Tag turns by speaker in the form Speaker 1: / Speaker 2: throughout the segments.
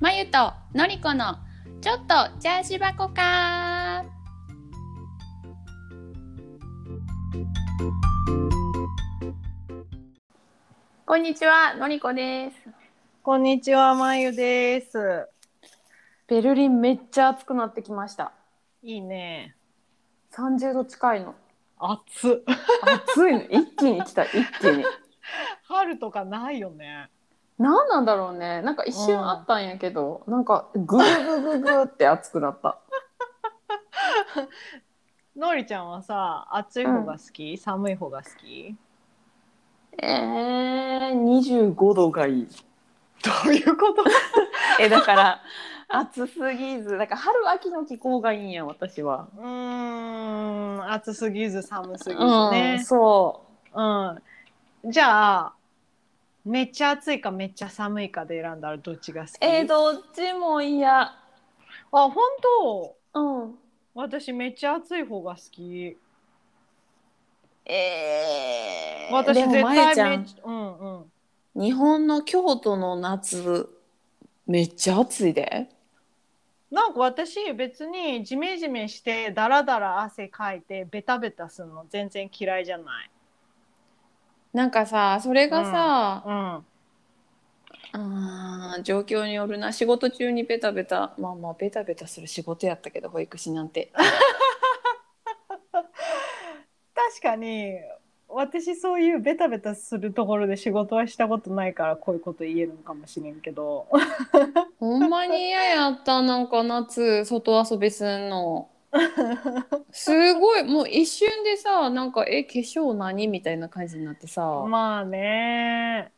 Speaker 1: まゆとのりこのちょっとチャージ箱かこんにちはのりこです
Speaker 2: こんにちは、まゆです。
Speaker 3: ベルリンめっちゃ暑くなってきました。
Speaker 2: いいね。
Speaker 3: 30度近いの。
Speaker 2: 暑。
Speaker 3: 暑い の。一気に来た、一気に。
Speaker 2: 春とかないよね。
Speaker 3: 何なんだろうね。なんか一瞬あったんやけど、なんかグググググって暑くなった。
Speaker 2: のりちゃんはさ、暑い方が好き、寒い方が好き。
Speaker 3: えー、25度がいい。
Speaker 2: どういうこと。
Speaker 3: え、だから、暑すぎず、だから春秋の気候がいいんや、私は。
Speaker 2: うーん、暑すぎず寒すぎず
Speaker 3: うん、
Speaker 2: ね。
Speaker 3: そ
Speaker 2: うん。じゃあ。めっちゃ暑いかめっちゃ寒いかで選んだらどっちが好き
Speaker 3: う。えー、どっちも嫌。
Speaker 2: あ本当
Speaker 3: うん。
Speaker 2: 私めっちゃ暑い方が好き
Speaker 3: えー、
Speaker 2: 私
Speaker 3: でも
Speaker 2: 絶
Speaker 3: まゆ
Speaker 2: 対
Speaker 3: ちゃ
Speaker 2: め
Speaker 3: ん
Speaker 2: っちゃうんうん
Speaker 3: 日本の京都の夏めっちゃ暑いで
Speaker 2: なんか私別にジメジメしてダラダラ汗かいてベタベタするの全然嫌いじゃない。
Speaker 3: なんかさそれがさ、
Speaker 2: うん。
Speaker 3: あー状況によるな仕事中にベタベタまあまあベタベタする仕事やったけど保育士なんて
Speaker 2: 確かに私そういうベタベタするところで仕事はしたことないからこういうこと言えるのかもしれんけど。
Speaker 3: ほんまに嫌やったなんか夏外遊びすん のすごいもう一瞬でさなんかえ化粧何みたいな感じになってさ、
Speaker 2: まあね。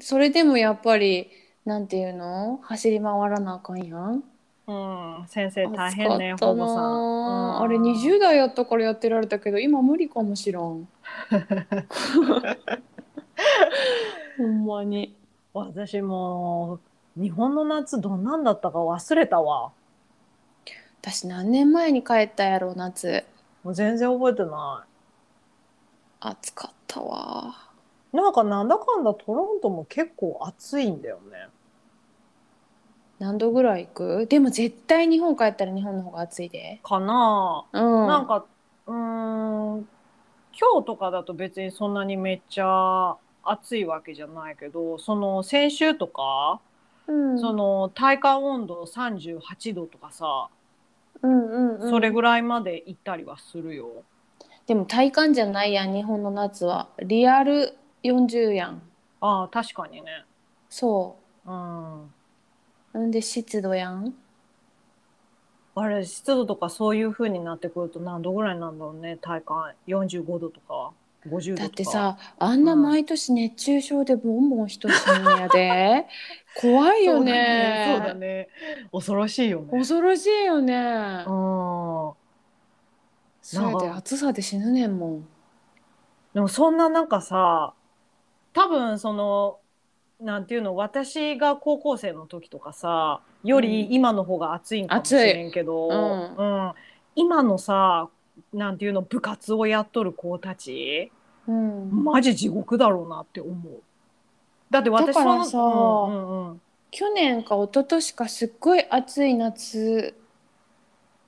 Speaker 3: それでもやっぱりなんていうの走り回らなあかんやん
Speaker 2: うん。先生大
Speaker 3: 暑か
Speaker 2: 変
Speaker 3: っ
Speaker 2: ね、
Speaker 3: た
Speaker 2: 保護さん。
Speaker 3: な
Speaker 2: う
Speaker 3: あ
Speaker 2: ん
Speaker 3: あれ20代やったからやってられたけど今無理かもしら んほんまに
Speaker 2: 私もう日本の夏どんなんだったか忘れたわ。
Speaker 3: 私何年前に帰ったやろ夏
Speaker 2: もう全然覚えてない。
Speaker 3: 暑かったわ
Speaker 2: なんかなんだかんだトロントも結構暑いんだよね。
Speaker 3: 何度ぐらい行くでも絶対日本帰ったら日本の方が暑いで
Speaker 2: かな
Speaker 3: う
Speaker 2: あ、
Speaker 3: ん
Speaker 2: なんかうーん今日とかだと別にそんなにめっちゃ暑いわけじゃないけどその先週とか、
Speaker 3: うん、
Speaker 2: その体感温度38度とかさ、
Speaker 3: うんうんうん
Speaker 2: それぐらいまで行ったりはするよ。
Speaker 3: でも体感じゃないやん日本の夏はリアル40やん
Speaker 2: ああ確かにね。
Speaker 3: そ
Speaker 2: うん
Speaker 3: うんで湿度やん
Speaker 2: あれ湿度とかそういう風になってくると何度ぐらいなんだろうね体感45度とか50度とか
Speaker 3: だってさあんな毎年熱中症でボンボン人死ぬんやで怖いよね
Speaker 2: そうだねそうだね恐ろしいよね
Speaker 3: 恐ろしいよね、
Speaker 2: うん
Speaker 3: そうやって暑さで死ぬねんもん
Speaker 2: でもそんななんかさ多分そのなんていうの私が高校生の時とかさより
Speaker 3: うん
Speaker 2: 今の方が暑いんかもし
Speaker 3: 暑い
Speaker 2: れんけど、
Speaker 3: うん
Speaker 2: うん今のさなんていうの部活をやっとる子たち
Speaker 3: うん、
Speaker 2: マジ地獄だろうなって思う。だって私
Speaker 3: だからさ
Speaker 2: そのうんうんうん
Speaker 3: 去年か一昨年かすっごい暑い夏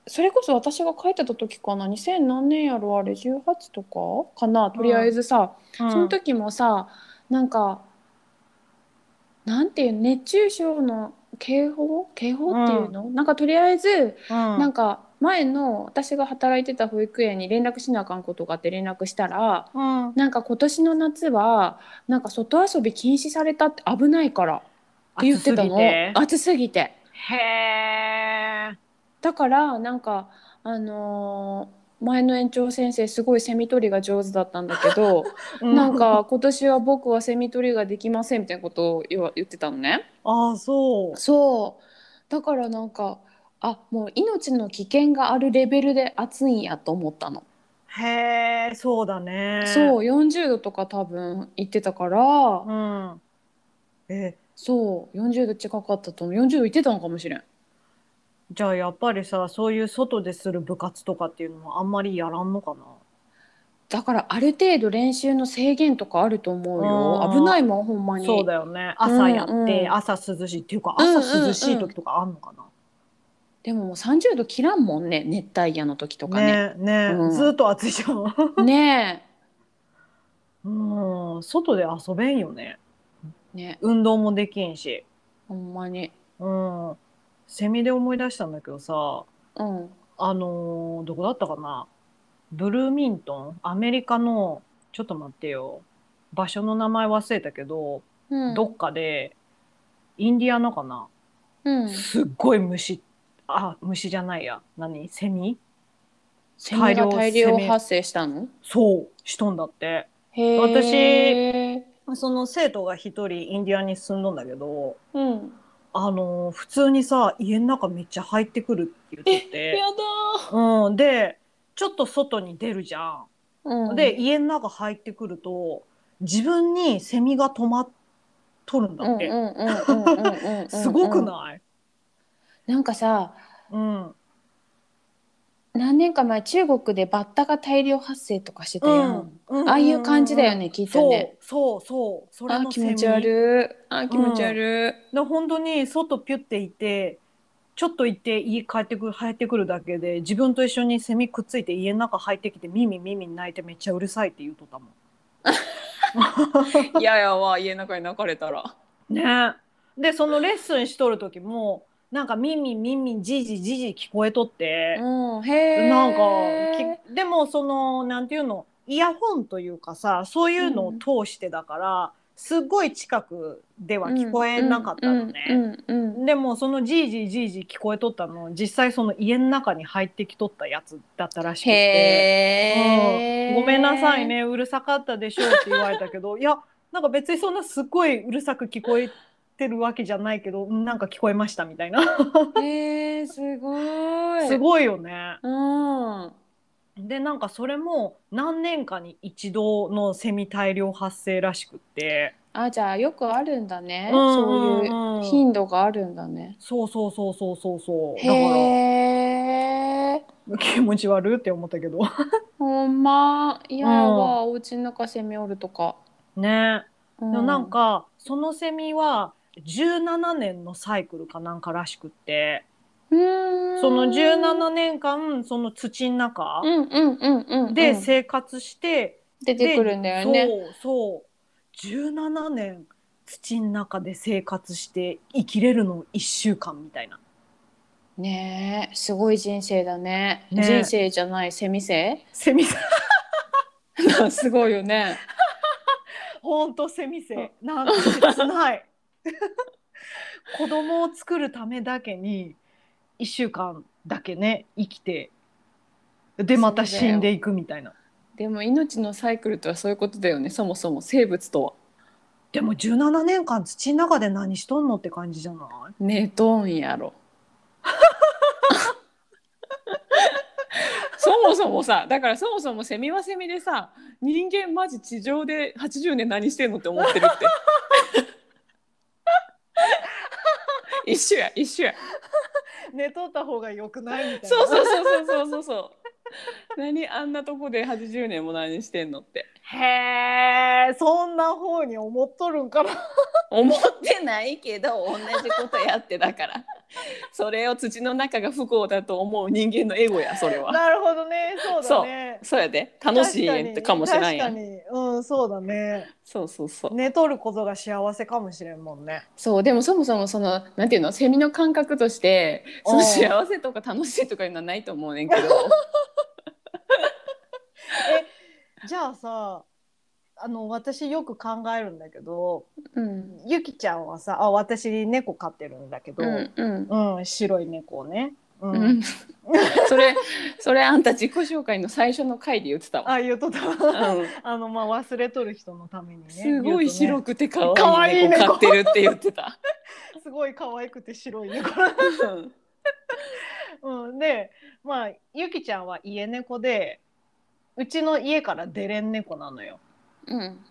Speaker 3: それこそ私が帰ってた時かな2000何年やろあれ18とかかなとりあえずさ、
Speaker 2: うん
Speaker 3: その時もさなんかなんていう熱中症の警報警報っていうの、なんかとりあえず、
Speaker 2: うん
Speaker 3: なんか前の私が働いてた保育園に連絡しなあかんことがあって連絡したら
Speaker 2: うん
Speaker 3: なんか今年の夏はなんか外遊び禁止されたって危ないからって言ってたの
Speaker 2: 暑すぎて
Speaker 3: 暑すぎて。
Speaker 2: へえ。
Speaker 3: だからなんかあのー前の園長先生すごいセミ取りが上手だったんだけ どなんか今年は僕はセミ取りができませんみたいなことを言わ言ってたのね。
Speaker 2: ああそう。
Speaker 3: そうだからなんかあもう命の危険があるレベルで暑いんやと思ったの。
Speaker 2: へえそうだね。。
Speaker 3: そうう40度とか多分言ってたから、
Speaker 2: うん。え
Speaker 3: そう40度近かったと思う40度言ってたのかもしれん。
Speaker 2: じゃあやっぱりさそういう外でする部活とかっていうのはあんまりやらんのかな。
Speaker 1: だからある程度練習の制限とかあると思うよ。
Speaker 2: うん
Speaker 1: 危ないもん、ほんまに。
Speaker 2: そうだよね朝やって、
Speaker 1: うんうん
Speaker 2: 朝涼しいっていうか
Speaker 1: うんうんうん
Speaker 2: 朝涼しい時とかあんのかな、
Speaker 1: でももう30度切らんもんね、熱帯夜の時とかね。
Speaker 2: ねね、
Speaker 1: うん
Speaker 2: ずっと暑いじ ゃん
Speaker 1: ね
Speaker 2: うん外で遊べんよね
Speaker 1: え。ね
Speaker 2: 運動もできんし
Speaker 1: ほんまに。
Speaker 2: うんセミで思い出したんだけどさ
Speaker 1: うん。
Speaker 2: あのーどこだったかなブルーミントンアメリカのちょっと待ってよ場所の名前忘れたけど、
Speaker 1: うん、
Speaker 2: どっかでインディアナかな、
Speaker 1: うん、
Speaker 2: すっごい虫あ虫じゃないや何セミ
Speaker 1: セミが大
Speaker 2: 大量
Speaker 1: 量
Speaker 2: セミ
Speaker 1: 発生したの
Speaker 2: そうしとんだって
Speaker 1: へー
Speaker 2: その生徒が一人インディアナに住んどんだけど
Speaker 1: うん、
Speaker 2: あのー普通にさ家の中めっちゃ入ってくるって言って
Speaker 1: や
Speaker 2: て、うん、でちょっと外に出るじゃん。
Speaker 1: だー、うん、
Speaker 2: で家の中入ってくると自分にセミが止まっとるんだ
Speaker 1: うんう
Speaker 2: っ
Speaker 1: ん
Speaker 2: て、
Speaker 1: うんうんうんうんうん
Speaker 2: すごくない、
Speaker 1: なんかさ
Speaker 2: うん
Speaker 1: 何年か前中国でバッタが大量発生とかしてた
Speaker 2: う
Speaker 1: や
Speaker 2: ん
Speaker 1: ん、ああいう感じだよね聞いたね
Speaker 2: そうそうそうそれ
Speaker 1: あ
Speaker 2: の
Speaker 1: 気
Speaker 2: セミ
Speaker 1: 持ち悪いあ気持ち悪い、
Speaker 2: で本当に外ピュっていてちょっと行って家帰ってくる入ってくるだけで自分と一緒にセミくっついて家の中入ってきて耳耳鳴いてめっちゃうるさいって言うとったもん
Speaker 1: いややわ家の中に泣かれたら
Speaker 2: ねでそのレッスンしとる時もなんか耳耳じじじじ聞こえとって、
Speaker 1: うんへえ
Speaker 2: なんかきでもそのなんていうのイヤホンというかさそういうのを通してだから、すっごい近くでは聞こえなかったのね。
Speaker 1: うんうんうんうん
Speaker 2: でもそのじいじいじいじ聞こえとったの実際その家の中に入ってきとったやつだったらしくて
Speaker 1: へ
Speaker 2: う
Speaker 1: え、
Speaker 2: んごめんなさいねうるさかったでしょうって言われたけどいやなんか別にそんなすっごいうるさく聞こえてるわけじゃないけどうんなんか聞こえましたみたいな
Speaker 1: へえすごい
Speaker 2: すごいよね。
Speaker 1: うん
Speaker 2: でなんかそれも何年かに一度のセミ大量発生らしくって、
Speaker 1: あじゃあよくあるんだね、
Speaker 2: ん
Speaker 1: そういうん
Speaker 2: ん
Speaker 1: 頻度があるんだね。
Speaker 2: そうそうそうそうそうそうだか
Speaker 1: へえ
Speaker 2: ら気持ち悪いって思ったけど
Speaker 1: ほんまいややわ、お家の中セミおるとか。
Speaker 2: ね
Speaker 1: う
Speaker 2: でもなんかそのセミは17年のサイクルかなんからしくって
Speaker 1: うーん
Speaker 2: その17年間その土の中
Speaker 1: うんうんうんうんうん
Speaker 2: で生活して、
Speaker 1: 出てくるんだよね。
Speaker 2: でそうそう17年土の中で生活して生きれるの1週間みたいな
Speaker 1: ねえすごい人生だね
Speaker 2: ね
Speaker 1: 人生じゃないセミ生
Speaker 2: セミ生
Speaker 1: すごいよね。
Speaker 2: ほんとセミ生なんか切ない 子供を作るためだけに1週間だけね生きてでまた
Speaker 1: そうだよ
Speaker 2: 死んでいくみたいな
Speaker 1: でも命のサイクルとはそういうことだよねそもそも生物とは。
Speaker 2: でも17年間土の中で何しとんのって感じじゃない
Speaker 1: 寝とんやろ そもそもさだからそもそもセミはセミでさ人間マジ地上で80年何してんのって思ってるって一緒や一緒や
Speaker 2: 寝とった方が良くないみたいな
Speaker 1: そうそうそうそうそうそうそう何あんなとこで80年も何してんのって
Speaker 2: へえそんな方に思っとるんかな
Speaker 1: 思ってないけど同じことやってだからそれを土の中が不幸だと思う人間のエゴやそれは
Speaker 2: なるほどねそうだね
Speaker 1: そうやで楽しい
Speaker 2: 確かに
Speaker 1: かもしれないや
Speaker 2: 確
Speaker 1: ん
Speaker 2: かにうんそうだね
Speaker 1: そうそうそう、
Speaker 2: 寝とることが幸せかもしれんもんね
Speaker 1: そうでもそもそもそのなんていうのセミの感覚としてそ
Speaker 2: うん
Speaker 1: の幸せとか楽しいとかいうのはないと思うねんけど
Speaker 2: じゃあさあの私よく考えるんだけど
Speaker 1: うん
Speaker 2: ゆきちゃんはさあ私猫飼ってるんだけど、
Speaker 1: うんうん
Speaker 2: うん白い猫をね、う
Speaker 1: うんそれそれあんた自己紹介の最初の回で言ってたわ、
Speaker 2: あ言うとった
Speaker 1: うん、
Speaker 2: あのまあ忘れとる人のためにね。
Speaker 1: すごい白
Speaker 2: く、
Speaker 1: くて可愛い
Speaker 2: 可愛い猫
Speaker 1: 猫飼ってるって言ってた
Speaker 2: すごい可愛くて白い猫。
Speaker 1: うん
Speaker 2: うん、で、まあゆきちゃんは家猫で、うちの家から出れん猫なのよ。
Speaker 1: うん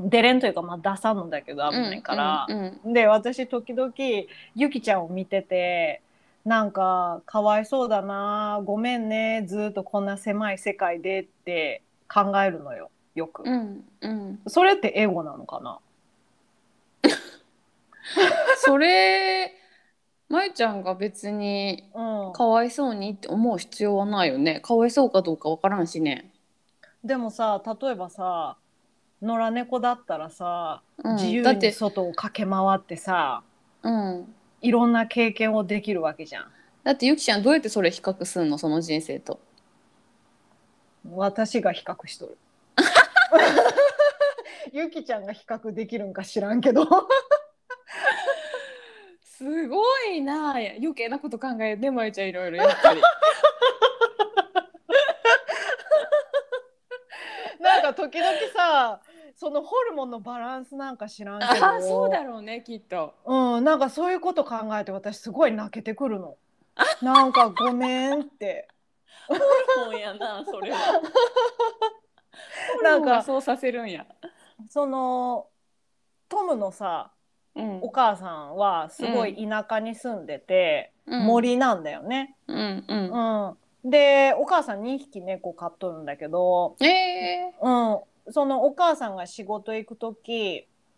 Speaker 2: 出れんというかまあ出さんのだけど危ないから。
Speaker 1: うんうん
Speaker 2: で私時々ゆきちゃんを見てて。なんかかわいそうだなごめんねずっとこんな狭い世界でって考えるのよよく、
Speaker 1: うんうん、
Speaker 2: それってエゴなのかな
Speaker 1: それまゆちゃんが別に
Speaker 2: うん
Speaker 1: かわいそうにって思う必要はないよねかわいそうかどうかわからんしね、
Speaker 2: でもさ例えばさ野良猫だったらさ、
Speaker 1: うん、
Speaker 2: 自由
Speaker 1: だっ
Speaker 2: に
Speaker 1: て、
Speaker 2: 外を駆け回ってさ
Speaker 1: うん、
Speaker 2: いろんな経験をできるわけじゃん。
Speaker 1: だってゆきちゃんどうやってそれ比較すんのその人生と
Speaker 2: 私が比較し とる。ゆきちゃんが比較できるんか知らんけど
Speaker 1: すごいな余計なこと考えてまゆちゃんいろいろやっぱり
Speaker 2: なんか時々さそのホルモンのバランスなんか知らんけど
Speaker 1: あそうだろうねきっと
Speaker 2: うん、なんかそういうこと考えて私すごい泣けてくるの。なんかごめんって。
Speaker 1: そうやなそれは
Speaker 2: なんか
Speaker 1: そうさせるんや
Speaker 2: そのトムのさ
Speaker 1: うん
Speaker 2: お母さんはすごい田舎に住んでて、
Speaker 1: うん
Speaker 2: 森なんだよね。
Speaker 1: うんうん
Speaker 2: うん、でお母さん2匹猫飼っとるんだけど、
Speaker 1: え
Speaker 2: うん、そのお母さんが仕事行く時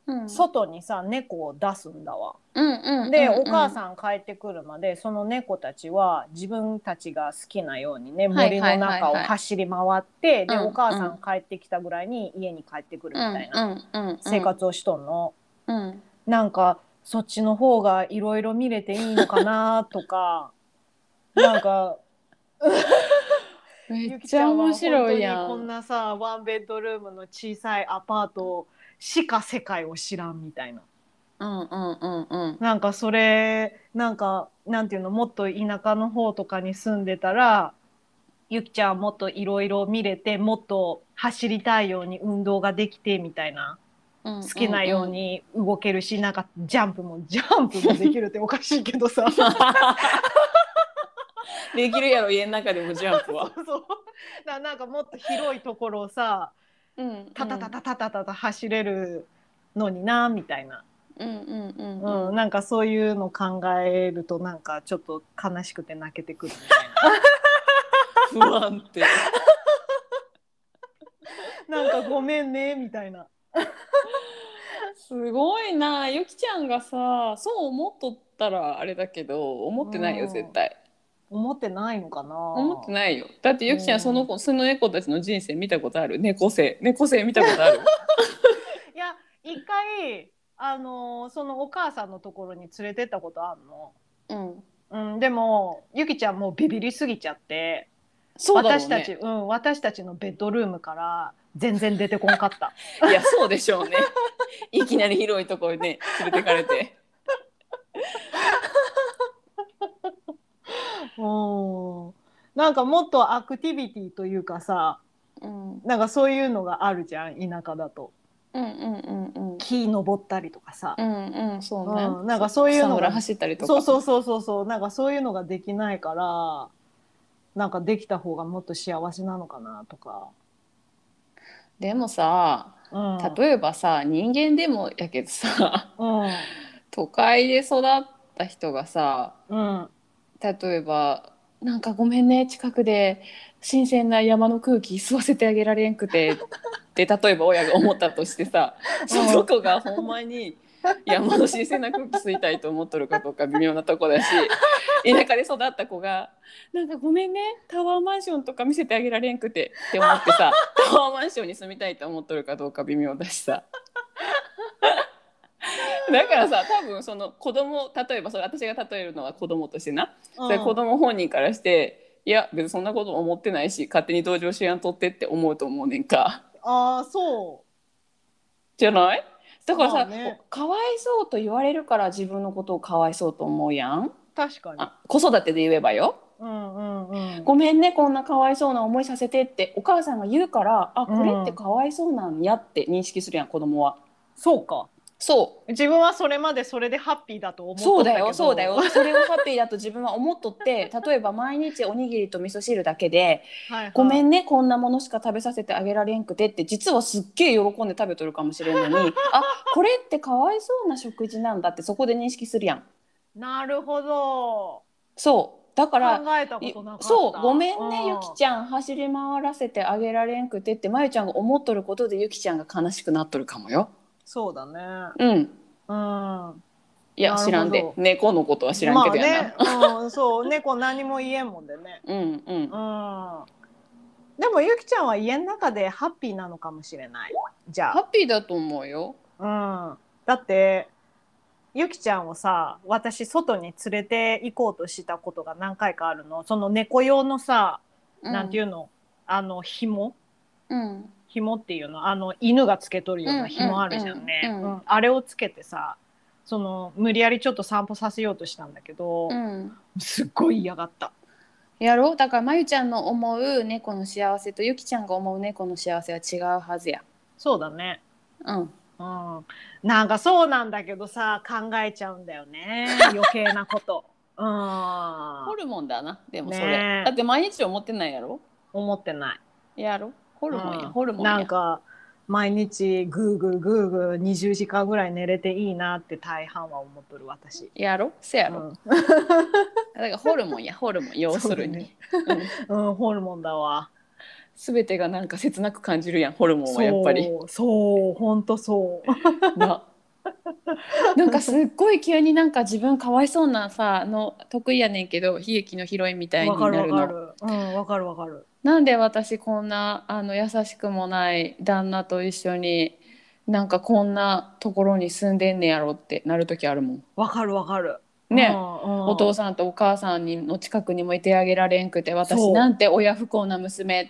Speaker 1: ーうん
Speaker 2: 外にさ猫を出すんだわ。
Speaker 1: うんうんうん
Speaker 2: で、お母さん帰ってくるまでその猫たちは自分たちが好きなようにね
Speaker 1: はい
Speaker 2: 森
Speaker 1: は
Speaker 2: の
Speaker 1: いはいはい
Speaker 2: 中を走り回って、
Speaker 1: うん
Speaker 2: でお母さ
Speaker 1: うん
Speaker 2: ん帰ってきたぐらいに家に帰ってくるみ
Speaker 1: うん
Speaker 2: たいな
Speaker 1: うんうんうん
Speaker 2: 生活をしとんの。
Speaker 1: うん
Speaker 2: なんかそっちの方がいろいろ見れていいのかなと かなんか
Speaker 1: め
Speaker 2: ゆ
Speaker 1: っ
Speaker 2: き
Speaker 1: ちゃ面白い
Speaker 2: ちゃん
Speaker 1: や
Speaker 2: は本当にこん
Speaker 1: ん
Speaker 2: なさワンベッドルームの小さいアパートしか世界を知らんみたいな。
Speaker 1: うんうんうんうん
Speaker 2: なんかそれなんかなんていうのもっと田舎の方とかに住んでたらゆきちゃんもっといろいろ見れてもっと走りたいように運動ができてみたいな
Speaker 1: 好
Speaker 2: 好きなように動けるし、なんかジャンプもジ ャンプもできるっておかしいけどさ
Speaker 1: できるやろ家の中でもジャンプは
Speaker 2: そうそうななんかもっと広いところをさタタタタタタタタ走れるのになみたいな、
Speaker 1: うんうんうん
Speaker 2: うん
Speaker 1: うん
Speaker 2: なんかそういうの考えるとなんかちょっと悲しくて泣けてくるみたいな。
Speaker 1: 不安定
Speaker 2: なんかごめんねみたいな。
Speaker 1: すごいなゆきちゃんがさそう思っとったらあれだけど思ってないよ
Speaker 2: うん
Speaker 1: 絶対
Speaker 2: 思ってないのかな。
Speaker 1: 思って
Speaker 2: い。
Speaker 1: ないよだってゆきちゃ
Speaker 2: うんん
Speaker 1: その子その猫たちの人生見たことある猫生猫生見たこと ある
Speaker 2: いや、一回、あのーそのお母さんのところに連れてったことあるの。
Speaker 1: うん
Speaker 2: うん、でも、ゆきちゃんもうビビりすぎちゃって。
Speaker 1: そうだろう
Speaker 2: 私た
Speaker 1: ね
Speaker 2: ち、うん、私たちのベッドルームから、全然出てこんか った。
Speaker 1: いやそうでしょうねいきなり広いところにね連れてかれて
Speaker 2: うん。なんかもっとアクティビティというかさ、
Speaker 1: うんうん
Speaker 2: なんかそういうのがあるじゃん、田舎だと。
Speaker 1: うんうんうん
Speaker 2: 木登ったりとかさ。
Speaker 1: うんうんそうね、
Speaker 2: うんなんかそういうの
Speaker 1: 草
Speaker 2: が
Speaker 1: むら走ったりとか
Speaker 2: そうそうそうそうそうなんかそういうのができないからなんかできた方がもっと幸せなのかなとか、
Speaker 1: でもさ
Speaker 2: うん、
Speaker 1: 例えばさ人間でもやけどさ
Speaker 2: うん
Speaker 1: 都会で育った人がさ
Speaker 2: うん
Speaker 1: 例えば「なんかごめんね近くで新鮮な山の空気吸わせてあげられんくて」って例えば親が思ったとしてさその子がほんまに山の新鮮な空気吸いたいと思っとるかどうか微妙なとこだし田舎で育った子が「なんかごめんねタワーマンションとか見せてあげられんくて」って思ってさタワーマンションに住みたいと思っとるかどうか微妙だしさ。だからさ多分その子供例えばそれ私が例えるのは子供としてな
Speaker 2: う
Speaker 1: そ
Speaker 2: ん
Speaker 1: れ子供本人からしていや別にそんなこと思ってないし勝手に同情しやんとってって思うと思うねんか
Speaker 2: ああそ
Speaker 1: じゃないだから
Speaker 2: まあ
Speaker 1: さ、
Speaker 2: ね
Speaker 1: かわいそうと言われるから自分のことをかわいそうと思うやん
Speaker 2: う確かに
Speaker 1: あ子育てで言えばよ
Speaker 2: うんうんうん
Speaker 1: ごめんねこんなかわいそうな思いさせてってお母さんが言うからあこれってかわいそうなんやって認識するやん子供は
Speaker 2: そうか
Speaker 1: そう
Speaker 2: 自分はそれまでそれでハッピーだと思っ
Speaker 1: そ
Speaker 2: と
Speaker 1: う
Speaker 2: ったけ
Speaker 1: だ
Speaker 2: ど
Speaker 1: よそうだよそれをハッピーだと自分は思っとって例えば毎日おにぎりと味噌汁だけで
Speaker 2: はいはい
Speaker 1: ごめ
Speaker 2: ん
Speaker 1: んねこんなものしか食べさせてあげられんくてって実はすっげえ喜んで食べとるかもしれんの にあこれってかわいそうな食事なんだってそこで認識するやん
Speaker 2: なるほど
Speaker 1: そだから
Speaker 2: 考えたことなかった
Speaker 1: そうごめんねゆき
Speaker 2: ゃ
Speaker 1: ちゃん走り回らせてあげられんくてってまゆちゃんが思っとることでゆきちゃんが悲しくなっとるかもよ。
Speaker 2: そうだね
Speaker 1: うん
Speaker 2: うん
Speaker 1: いや
Speaker 2: なるほど
Speaker 1: 知らんで猫のことは知らんけどやな。
Speaker 2: まあね、うん、そう猫何も言えんもんでね
Speaker 1: うんうん
Speaker 2: うんでもゆきちゃんは家の中でハッピーなのかもしれないじゃ
Speaker 1: ハッピーだと思うよ。
Speaker 2: あ、うん、だってゆきちゃんをさ私外に連れて行こうとしたことが何回かあるのその猫用のさ、なんていううのあの紐
Speaker 1: うん
Speaker 2: 紐っていうのあの犬がつけとるような紐あるじゃんね、
Speaker 1: うんうんうんうん
Speaker 2: うんあれをつけてさその無理やりちょっと散歩させようとしたんだけど、
Speaker 1: うん
Speaker 2: すっごい嫌がった
Speaker 1: やろうだからまゆちゃんの思う猫の幸せとゆきちゃんが思う猫の幸せは違うはずや。
Speaker 2: そうだね
Speaker 1: うん
Speaker 2: うん、なんかそうなんだけどさ考えちゃうんだよ ね余計なこと、
Speaker 1: ホ
Speaker 2: うん、
Speaker 1: ルモンだなでもそ
Speaker 2: ね
Speaker 1: れ
Speaker 2: え。
Speaker 1: だって毎日思ってないやろ
Speaker 2: 思ってない
Speaker 1: やろホルモンや
Speaker 2: うん
Speaker 1: ホルモンや。
Speaker 2: なんか毎日グーグーグーグー20時間ぐらい寝れていいなって大半は思っとる私、
Speaker 1: やろせや
Speaker 2: う
Speaker 1: ろ、
Speaker 2: ん
Speaker 1: だからホルモンやホル モン要するに、うん
Speaker 2: うん、ホルモンだわ
Speaker 1: 全てがなんか切なく感じるやんホルモンはやっぱ り
Speaker 2: そうそうほんとそう
Speaker 1: ななんかすっごい急になんか自分かわいそうなさの得意やねんけど悲劇のヒロインみたい
Speaker 2: わ
Speaker 1: に
Speaker 2: か
Speaker 1: な
Speaker 2: るわ
Speaker 1: る
Speaker 2: か
Speaker 1: の
Speaker 2: るうんわかるわかる
Speaker 1: なんで私こんなあの優しくもない旦那と一緒になんかこんなところに住んでんねやろってなる時あるもん
Speaker 2: わかるわかる
Speaker 1: ね、お
Speaker 2: お
Speaker 1: 父
Speaker 2: さ
Speaker 1: さんとお母さんにの近くにもいてあげられんくて
Speaker 2: そ
Speaker 1: 私
Speaker 2: う
Speaker 1: なんて親不幸な娘っ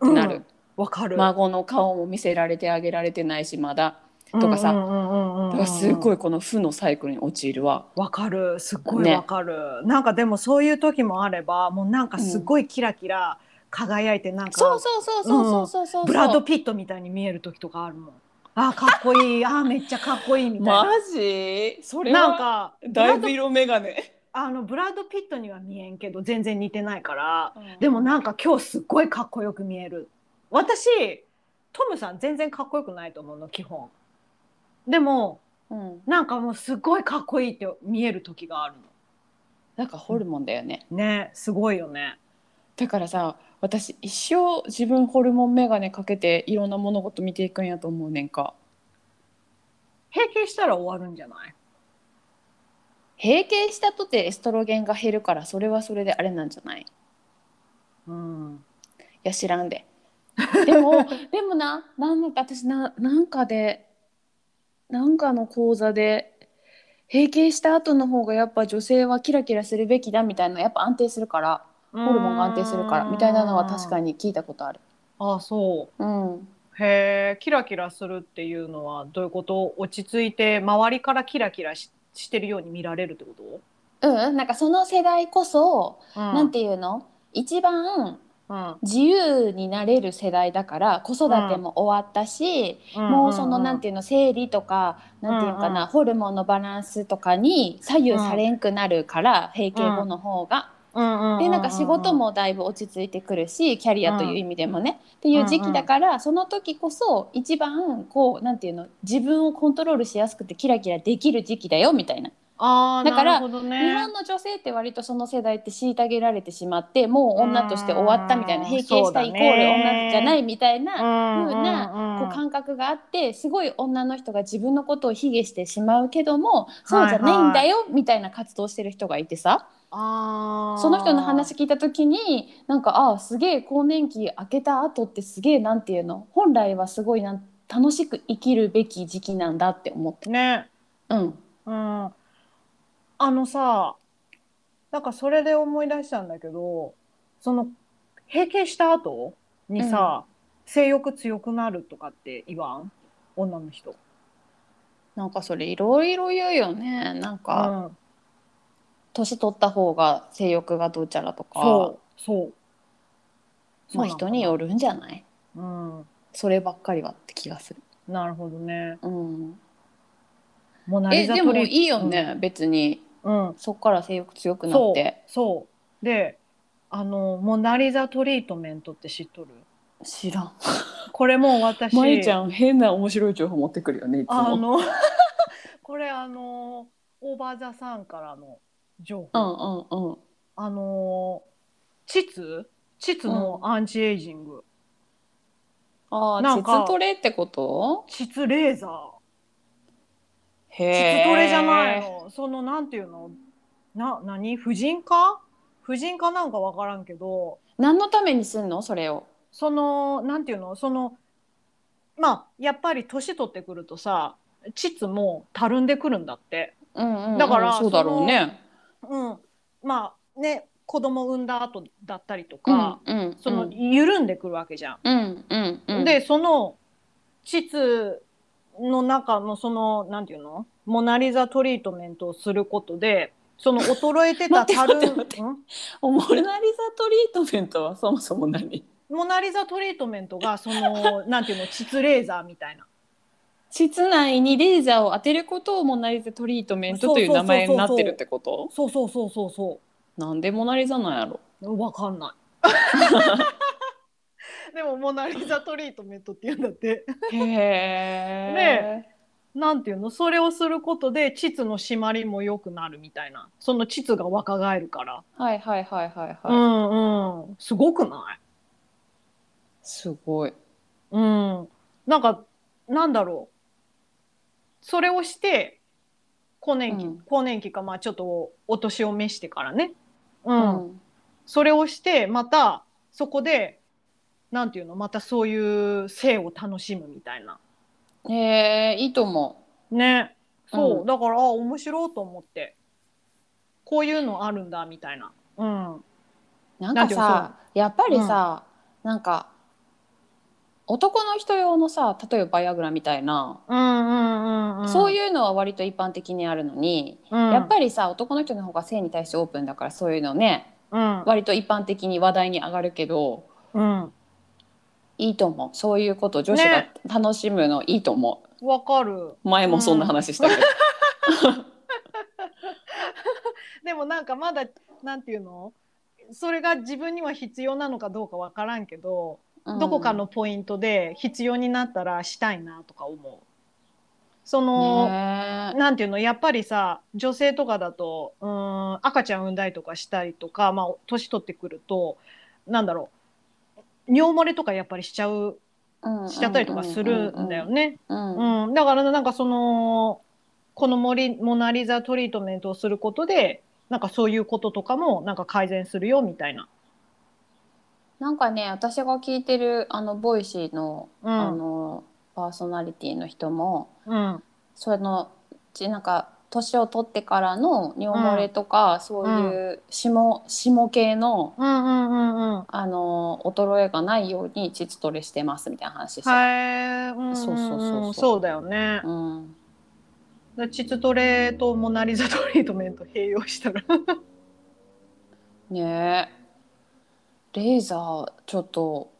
Speaker 1: てなる、
Speaker 2: わ、かる、
Speaker 1: 孫の顔も見せられてあげられてないしまだとかさ
Speaker 2: うんうんうんうんうん
Speaker 1: だからすごいこの負のサイクルに陥るわ
Speaker 2: わかるすっごい
Speaker 1: ね
Speaker 2: わかる、なんかでもそういう時もあればもうなんかすごいキラキラ輝いてなんか、
Speaker 1: そうそうそうそうそうそうそう
Speaker 2: ブラッド・ピットみたいに見える時とかあるもんあーかっこいいあーめっちゃかっこいいみたいな、
Speaker 1: マジそれは
Speaker 2: な
Speaker 1: なんんか
Speaker 2: か
Speaker 1: だいぶ色眼鏡
Speaker 2: あのブラッド・ピットには見えんけど全然似てないからでもなんか今日すっごいかっこよく見える私トムさん全然かっこよくないと思うの基本でも
Speaker 1: うん
Speaker 2: なんかもうすっごいかっこいいって見える時がある
Speaker 1: なんかホルモンだよね
Speaker 2: のねすごいよね
Speaker 1: だからさ私一生自分ホルモン眼鏡かけていろんな物事見ていくんやと思うねんか
Speaker 2: 閉経したら終わるんじゃない
Speaker 1: 閉経したとてエストロゲンが減るからそれはそれであれなんじゃない
Speaker 2: うん。
Speaker 1: いや知らんでで もでもななんか私ななんかでなんかの講座で閉経した後の方がやっぱ女性はキラキラするべきだみたいなやっぱ安定するから
Speaker 2: ホ
Speaker 1: ホルモンが安定するからみたいなのは確か
Speaker 2: に。
Speaker 1: に聞いたことある
Speaker 2: あそう。
Speaker 1: うん
Speaker 2: へえ、キラキラするっていうのはどういうこと落ち着いて周りからキラキラししてるように見られるってこと
Speaker 1: うんなんかその世代こそ、
Speaker 2: な
Speaker 1: なんていうの一番
Speaker 2: うん
Speaker 1: 自由になれる世代だから子育ても終わったし、もうそのなんて
Speaker 2: い
Speaker 1: いうの生理とかなんていうのか
Speaker 2: うんう
Speaker 1: なんホルモンのバランスとかに左右されんくなるから閉経後の方が。
Speaker 2: うん。
Speaker 1: でなんか仕事もだいぶ落ち着いてくるしキャリアという意味でもねっていう時期だからその時こそ一番こうなんていうの自分をコントロールしやすくてキラキラできる時期だよみたいな。
Speaker 2: あー
Speaker 1: だから
Speaker 2: なるほど
Speaker 1: 日
Speaker 2: ね
Speaker 1: 本の女性って割とその世代って虐げられてしまってもう女として終わったみたいな
Speaker 2: うん
Speaker 1: 閉経したイコール女じゃないみたいな
Speaker 2: うん
Speaker 1: 風なこう感覚があってすごい女の人が自分のことを卑下してしまうけどもそうじゃないんだよみたいな活動をしてる人がいてさ
Speaker 2: あー
Speaker 1: その人の話聞いた時になんかああすげえ更年期明けた後ってすげえなんていうの本来はすごいなん楽しく生きるべき時期なんだって思って。
Speaker 2: ね。
Speaker 1: うん
Speaker 2: うん、あのさなんかそれで思い出したんだけどその閉経した後にさ、性欲強くなるとかって言わん女の人。
Speaker 1: なんかそれいろいろ言うよねなんか、
Speaker 2: うん、
Speaker 1: 年取った方が性欲がどうちゃらとか
Speaker 2: そうそう。
Speaker 1: まあ
Speaker 2: そうなのかな
Speaker 1: 人によるんじゃない
Speaker 2: うん、
Speaker 1: そればっかりはって気がする。
Speaker 2: なるほどね。
Speaker 1: うん
Speaker 2: モナ
Speaker 1: え
Speaker 2: リザ
Speaker 1: でも
Speaker 2: プリ
Speaker 1: いいよね、別に
Speaker 2: うんうん
Speaker 1: そっから性欲強くなっ
Speaker 2: そう
Speaker 1: て
Speaker 2: そうであのモナリザトリートメントって知っとる
Speaker 1: 知らん
Speaker 2: これもう私
Speaker 1: まゆちゃん変な面白い情報持ってくるよねいつ
Speaker 2: あ
Speaker 1: も
Speaker 2: の これあのオーバーザさんからの情
Speaker 1: う
Speaker 2: 報、
Speaker 1: んうんうん
Speaker 2: あの膣膣のアンチエイジング
Speaker 1: ああ、
Speaker 2: なんか
Speaker 1: 膣トレってこと
Speaker 2: 膣レーザー
Speaker 1: へ
Speaker 2: 膣
Speaker 1: え。
Speaker 2: トレじゃないのそのなんていうのな何婦人科婦人科なんか分からんけど
Speaker 1: 何のためにすんのそれを。
Speaker 2: そのなんていうのそのまあやっぱり年取ってくるとさ膣もたるんでくるんだって。
Speaker 1: うんうんうん、
Speaker 2: だから
Speaker 1: そうだろうね。
Speaker 2: うん、まあね子供産んだ後だったりと
Speaker 1: うん
Speaker 2: か、
Speaker 1: うん
Speaker 2: その緩んでくるわけじゃん。
Speaker 1: うんうんうん。
Speaker 2: でその膣の中のそのなんていうのモナ・リザトリートメントをすることでその衰えてた
Speaker 1: 待って
Speaker 2: たるん
Speaker 1: 待って待って
Speaker 2: うん
Speaker 1: おモナリザトリートメントはそもそも何
Speaker 2: モナ・リザトリートメントがそのなんていうの膣レーザーみたいな。
Speaker 1: 室内にレーザーを当てることをモナリザトリートメントという名前になってるってこと
Speaker 2: そうそうそうそうそ
Speaker 1: なんでモナリザなんやろ
Speaker 2: うわか んないでもモナ・リザトリートメントって言うんだって
Speaker 1: へえ。
Speaker 2: なんていうのそれをすることで膣の締まりも良くなるみたいなその膣が若返るから、
Speaker 1: はいはいはいはいはい。
Speaker 2: うんうんすごくない
Speaker 1: すごい。
Speaker 2: うんなんかなんだろうそれをして更年期、
Speaker 1: うん
Speaker 2: 更年期かまあちょっとお年を召してからね
Speaker 1: う
Speaker 2: うん、それをしてまたそこでなんていうのまたそういう性を楽しむみたいな
Speaker 1: へえいいと思
Speaker 2: ねそう、
Speaker 1: うん
Speaker 2: だからあ面白いと思ってこういうのあるんだみたいなうん
Speaker 1: う。なん
Speaker 2: な
Speaker 1: か
Speaker 2: んていう
Speaker 1: さやっぱりさ、なんか男の人用のさ例えばバイアグラみたいな、
Speaker 2: うんうんうんうん
Speaker 1: そう
Speaker 2: う、
Speaker 1: いうのは割と一般的にあるのに、
Speaker 2: うん、
Speaker 1: やっぱりさ男の人の方が性に対してオープンだからそういうのね
Speaker 2: うん
Speaker 1: 割と一般的に話題に上がるけど
Speaker 2: うん
Speaker 1: いいと思うそういうこと女子が
Speaker 2: ね
Speaker 1: 楽しむのいいと思う、
Speaker 2: わかる
Speaker 1: 前もそんな話したけ ど、
Speaker 2: でもなんかまだなんていうのそれが自分には必要なのかどうかわからんけど、
Speaker 1: うん
Speaker 2: どこかのポイントで必要になったらしたいなとか思うその、
Speaker 1: ね
Speaker 2: なんていうのやっぱりさ女性とかだとうーん赤ちゃん産んだりとかしたりとか、まあ、年取ってくるとなんだろう尿漏れとかやっぱりしちゃうしちゃったりとかするんだよね。
Speaker 1: うんうん
Speaker 2: うん、だからなんかそのこのモリモナ・リザトリートメントをすることでなんかそういうこととかもなんか改善するよみたいな。
Speaker 1: なんかね私が聞いてるあのボイシーの,、
Speaker 2: う
Speaker 1: あ
Speaker 2: ん
Speaker 1: のパーソナリティの人も
Speaker 2: うん
Speaker 1: そのちなんか年を取ってからの尿漏れとか、そういう下下系の
Speaker 2: うんうんうんうん。
Speaker 1: あの衰えがないように膣トレしてますみたいな話でした。
Speaker 2: はい、うんんん
Speaker 1: そうそうそうそう
Speaker 2: そうだよね。
Speaker 1: うん、
Speaker 2: だからチツトレとモナ・リザトリートメント併用したら。
Speaker 1: ねえレーザーちょっと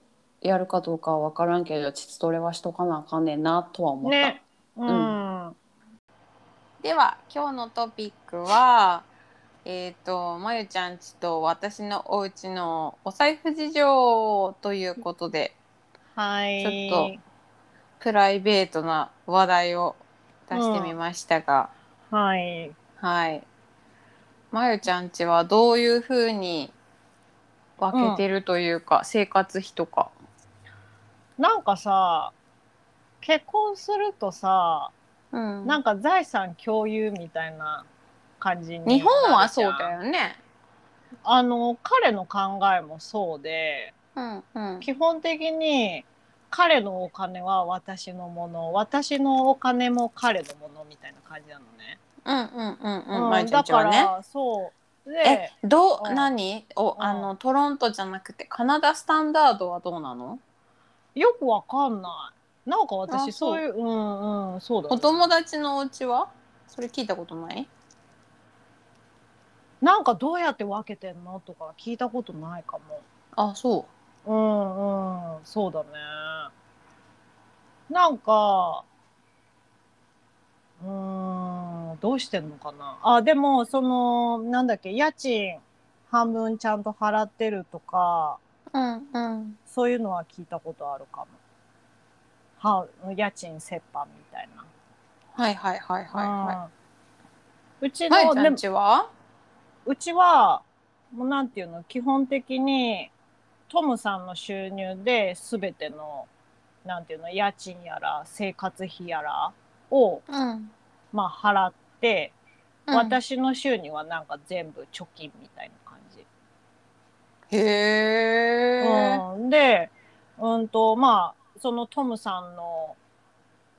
Speaker 1: やるかどうかは分からんけど膣トレはしとかなあかんねんなとは 思った。
Speaker 2: ね。うん。
Speaker 1: では今日のトピックはえっ、とまゆちゃんちと私のお家のお財布事情ということで
Speaker 2: はい。
Speaker 1: ちょっプライベートな話題を出してみましたが、
Speaker 2: と。はい。
Speaker 1: はいまゆちゃんちはどういうふうに分けてるというか、生活費とか。
Speaker 2: なんかさ、結婚するとさ、
Speaker 1: うん
Speaker 2: なんか財産共有みたいな感じに。
Speaker 1: 日本はそうだ
Speaker 2: よ。
Speaker 1: よね。
Speaker 2: あの、彼の考えもそうで、
Speaker 1: うんうん、
Speaker 2: 基本的に彼のお金は私のもの、私のお金も彼のものみたいな感じなのね。
Speaker 1: うんうんうん
Speaker 2: う
Speaker 1: うんんまゆちゃ
Speaker 2: だ
Speaker 1: んち
Speaker 2: か
Speaker 1: はね。
Speaker 2: ら、そう。で、
Speaker 1: どう、
Speaker 2: うん
Speaker 1: 何お、
Speaker 2: うん
Speaker 1: あのトロントじゃなくてカナダスタンダードはどうなの
Speaker 2: よくわかんない。なんか
Speaker 1: あ
Speaker 2: 私
Speaker 1: そう
Speaker 2: そういう、うんうん、そうだね、
Speaker 1: お友達のお家はそれ聞いたことない
Speaker 2: なんかどうやって分けてんのとか聞いたことないかも。
Speaker 1: あそ
Speaker 2: うんうん、そうだね。なんか、うーん、どうしてんのかな。あ、でも、その、なんだっけ、家賃半分ちゃんと払ってるとか、
Speaker 1: ううんうん
Speaker 2: そういうのは聞いたことあるかも。は、家賃折半みたいな。
Speaker 1: はいはいはいはいは
Speaker 2: うんうち
Speaker 1: いまゆ
Speaker 2: の、
Speaker 1: ちゃ
Speaker 2: で
Speaker 1: ん
Speaker 2: も
Speaker 1: ちは
Speaker 2: うちは、もうなんていうの基本的にトムさんの収入で全てのなんていうの家賃やら生活費やらを、
Speaker 4: うん。
Speaker 2: まあ、払って、
Speaker 4: うん、
Speaker 2: 私の収入はなんか全部貯金みたいな感じ。
Speaker 1: へえ。
Speaker 2: うん、で、うんとまあ、そのトムさんの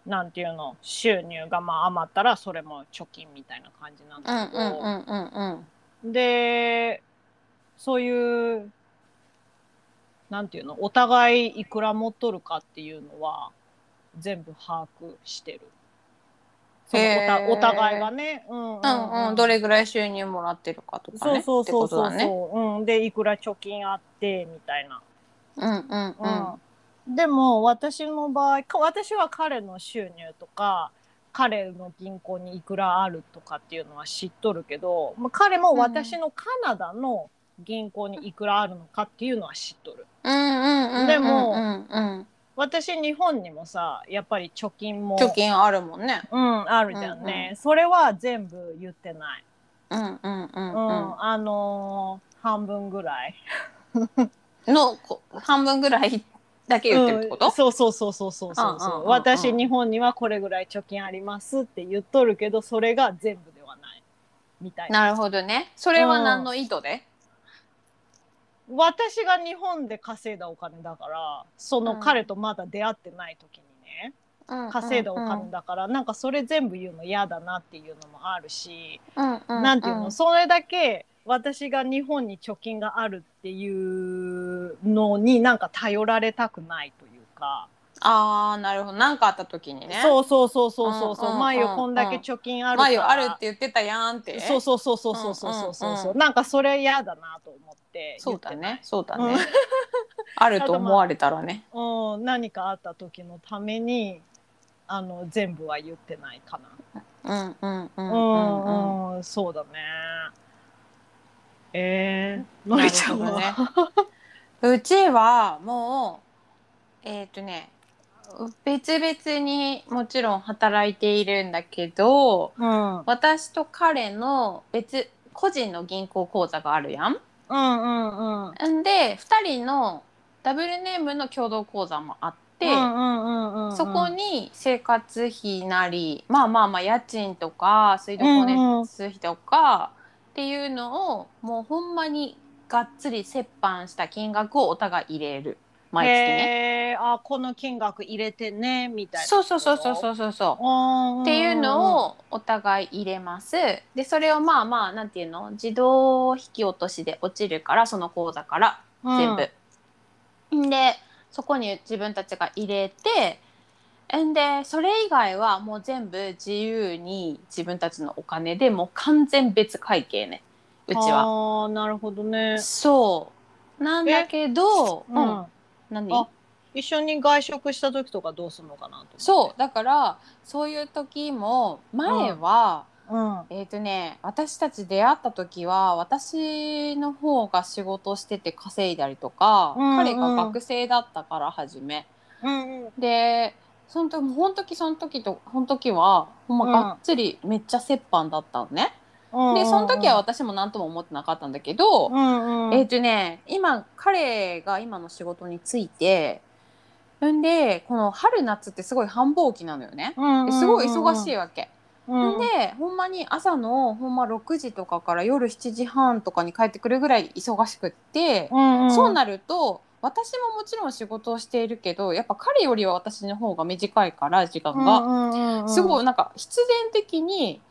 Speaker 2: なんていうの収入がまあ余ったらそれも貯金みたいな感じなん
Speaker 1: うん
Speaker 2: だけ
Speaker 1: うん
Speaker 2: ど、
Speaker 1: うんうんうん。
Speaker 2: でそういうなんていうのお互いいくら持っとるかっていうのは全部把握してる。そのおた
Speaker 1: へー
Speaker 2: お互いがね、うん
Speaker 1: う
Speaker 2: うん
Speaker 1: んうん、どれぐらい収入もらってるかとか
Speaker 2: そ
Speaker 1: ね。
Speaker 2: うそうそうそう
Speaker 1: っ
Speaker 2: そう、
Speaker 1: てこ
Speaker 2: うん、でいくら貯金あってみたいな。
Speaker 1: とだね。うんうんうん。
Speaker 2: うん、でも私の場合か私は彼の収入とか彼の銀行にいくらあるとかっていうのは知っとるけど、まあ、彼も私のカナダの銀行にいくらあるのかっていうのは知っとる。
Speaker 1: うんうんうん。
Speaker 2: でも
Speaker 1: うんうん。
Speaker 2: 私日本にもさやっぱり貯金も
Speaker 1: 貯金あるもんね。
Speaker 2: うん、あるじゃんね、それは全部言ってない、
Speaker 1: うんうんう
Speaker 2: うんん
Speaker 1: うん。
Speaker 2: あのー半分ぐらい
Speaker 1: のこ半分ぐらいだけ言ってるってこ
Speaker 2: うん
Speaker 1: と？
Speaker 2: そうそうそうそうそうそう,、
Speaker 1: うんうんうんうん
Speaker 2: 私日本にはこれぐらい貯金ありますって言っとるけどそれが全部ではないみたいな
Speaker 1: なるほどね。それは何の意図で？
Speaker 2: 私が日本で稼いだお金だからその彼とまだ出会ってない時にね稼いだお金だから、なんかそれ全部言うの嫌だなっていうのもあるし、なんていうの、それだけ私が日本に貯金があるっていうのになんか頼られたくないというか、
Speaker 1: ああなるほど何かあった時にね
Speaker 2: そうそうそうそうそうそう、
Speaker 1: うんうんうん
Speaker 2: 前よこんだけ貯金あるから、
Speaker 1: 前よあるって言ってたやんって
Speaker 2: そうそうそうそうそうそうそうそう,、
Speaker 1: うんうんうん
Speaker 2: なんかそれ嫌だなと思って
Speaker 1: そうだね
Speaker 2: 言って
Speaker 1: そうだ
Speaker 2: う
Speaker 1: ね
Speaker 2: ん
Speaker 1: あると思われたらね
Speaker 2: ないうん、何かあった時のためにあの全部は言ってないかな
Speaker 1: うんうんうんうん
Speaker 2: う
Speaker 1: うん
Speaker 2: ん、うん、そうだねえー、のりちゃんは、
Speaker 1: なるほどねうちはもうえっ、とね別々にもちろん働いているんだけど
Speaker 2: うんうん
Speaker 1: 私と彼の別個人の銀行口座があるやん。
Speaker 2: うんうん
Speaker 1: んで2人のダブルネームの共同口座もあって、
Speaker 2: うんうんうんうんうん
Speaker 1: そこに生活費なりまあまあまあ家賃とか水道光熱費とかっていうのをもうほんまにがっつり折半した金額をお互い入れる毎月ね。
Speaker 2: へーあこの金額入れてねみたいな
Speaker 1: そうそうそうそうそううそうそう。
Speaker 2: っ
Speaker 1: っていう
Speaker 2: を
Speaker 1: のをお互い入れます。でそれをまあまあなんていうの自動引き落としで落ちるからその口座から全部。でそこに自分たちが入れてんでそれ以外はもう全部自由に自分たちのお金でもう完全別会計ねうちは。
Speaker 2: はなるほどね
Speaker 1: そうなんだけど、
Speaker 2: う
Speaker 1: うん
Speaker 2: んあ
Speaker 1: 何
Speaker 2: 一緒に外食した時とかどうするのかなと思って
Speaker 1: そうだからそういう時も前は、
Speaker 2: うんうん
Speaker 1: えっ、とね私たち出会った時は私の方が仕事してて稼いだりとか、
Speaker 2: うんうん
Speaker 1: 彼が学生だったから初め。
Speaker 2: うんうん
Speaker 1: でその時もうほんときその時とほんときはほんまがっつりめっちゃ折半だったのね、
Speaker 2: うん
Speaker 1: でその時は私も何とも思ってなかったんだけど、
Speaker 2: うんうん
Speaker 1: えっ、とね今彼が今の仕事に就いてんでこの春夏ってすごい繁忙期なのよね
Speaker 2: うんうん
Speaker 1: すごい忙しい
Speaker 2: わ
Speaker 1: わけ、
Speaker 2: うん
Speaker 1: でほんまに朝のほんま6時とかから夜7時半とかに帰ってくるぐらい忙しくって、
Speaker 2: うんうん
Speaker 1: そうなると私ももちろん仕事をしているけどやっぱ彼よりは私の方が短いから時間
Speaker 2: う
Speaker 1: が、
Speaker 2: んうんうん
Speaker 1: すごいなんか必然的に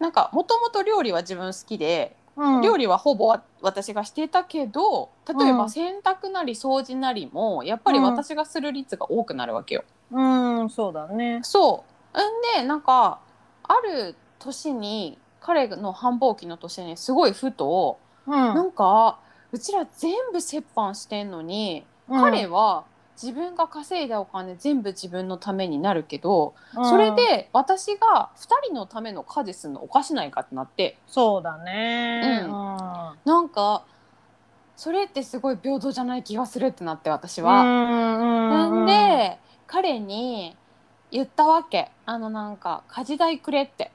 Speaker 1: なんかもともと料理は自分好きで、
Speaker 2: うん
Speaker 1: 料理はほぼわ私がしていたけど例え
Speaker 2: う
Speaker 1: ば
Speaker 2: ん
Speaker 1: 洗濯なり掃除なりもやっぱり
Speaker 2: うん
Speaker 1: 私がする率が多くなるわけよ。
Speaker 2: うんそうだね
Speaker 1: そう。んでなんかある年に彼の繁忙期の年にすごいふと、
Speaker 2: うん
Speaker 1: なんかうちら全部折半してんのに彼は自分が稼いだお金全部自分のためになるけど、
Speaker 2: うん
Speaker 1: それで私が2人のための家事するのおかしないかってなって
Speaker 2: そうだね
Speaker 1: う
Speaker 2: うん
Speaker 1: なんかそれってすごい平等じゃない気がするってなって私
Speaker 2: う
Speaker 1: は。
Speaker 2: んうんうん
Speaker 1: んで彼に言ったわけあのなんか家事代くれって。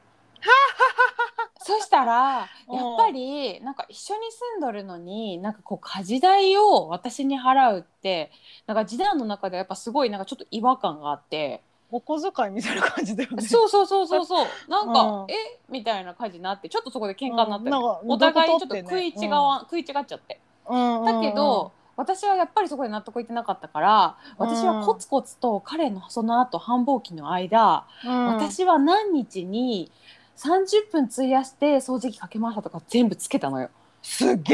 Speaker 1: そしたら
Speaker 2: うん
Speaker 1: やっぱりなんか一緒に住んどるのになんかこう家事代を私に払うってなんか時代の中でやっぱすごいなんかちょっと違和感があって
Speaker 2: お小遣いみたいな感じだよね。
Speaker 1: そうそうそうそう そうなんか、
Speaker 2: うん
Speaker 1: えみたいな感じになってちょっとそこで喧嘩になって、
Speaker 2: うんか
Speaker 1: お互いにちょっと
Speaker 2: ど
Speaker 1: 食
Speaker 2: こ
Speaker 1: い
Speaker 2: 取
Speaker 1: 違
Speaker 2: てね
Speaker 1: わ、食い違っちゃって。
Speaker 2: うんうん
Speaker 1: だけど、私はやっぱりそこで納得いってなかったから私はコツコツと彼のその後繁忙期の間、
Speaker 2: うん
Speaker 1: 私は何日に30分費やして掃除機かけましたとか全部つけたのよ。
Speaker 2: すっげ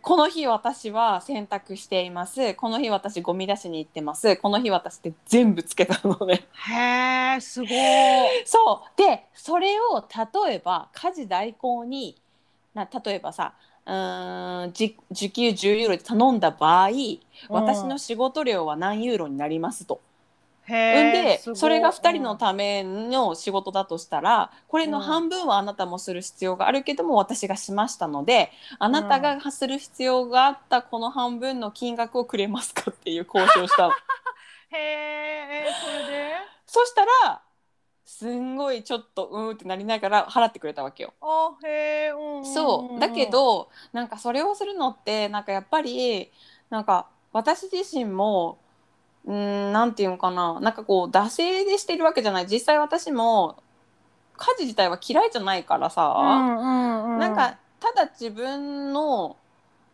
Speaker 1: このこの
Speaker 2: え。
Speaker 1: 日私は洗濯していますこの日私ゴミ出しに行ってますこの日私って全部つけたのね。
Speaker 2: へえすごい。
Speaker 1: そうでそれを例えば家事代行にな例えばさうーんじ時給10ユーロで頼んだ場合私の仕事量は何ユーロになりますと。
Speaker 2: う
Speaker 1: う
Speaker 2: ん
Speaker 1: ん
Speaker 2: へ
Speaker 1: で
Speaker 2: ーすごい
Speaker 1: それが2人のための仕事だとしたらこれの半分はあなたもする必要があるけども私がしましたのであなたがする必要があったこの半分の金額をくれますかっていう交渉をしたの。
Speaker 2: へえそれで。
Speaker 1: そしたらすんごいちょっとうーんってなりながら払ってくれたわけよ。
Speaker 2: あへえうんんんん。
Speaker 1: そうだけどなんかそれをするのってなんかやっぱりなんか私自身もうーんなんていうのかななんかこう惰性でしてるわけじゃない実際私も家事自体は嫌いじゃないから
Speaker 2: う
Speaker 1: さ、
Speaker 2: んうんうん。
Speaker 1: なんかただ自分の、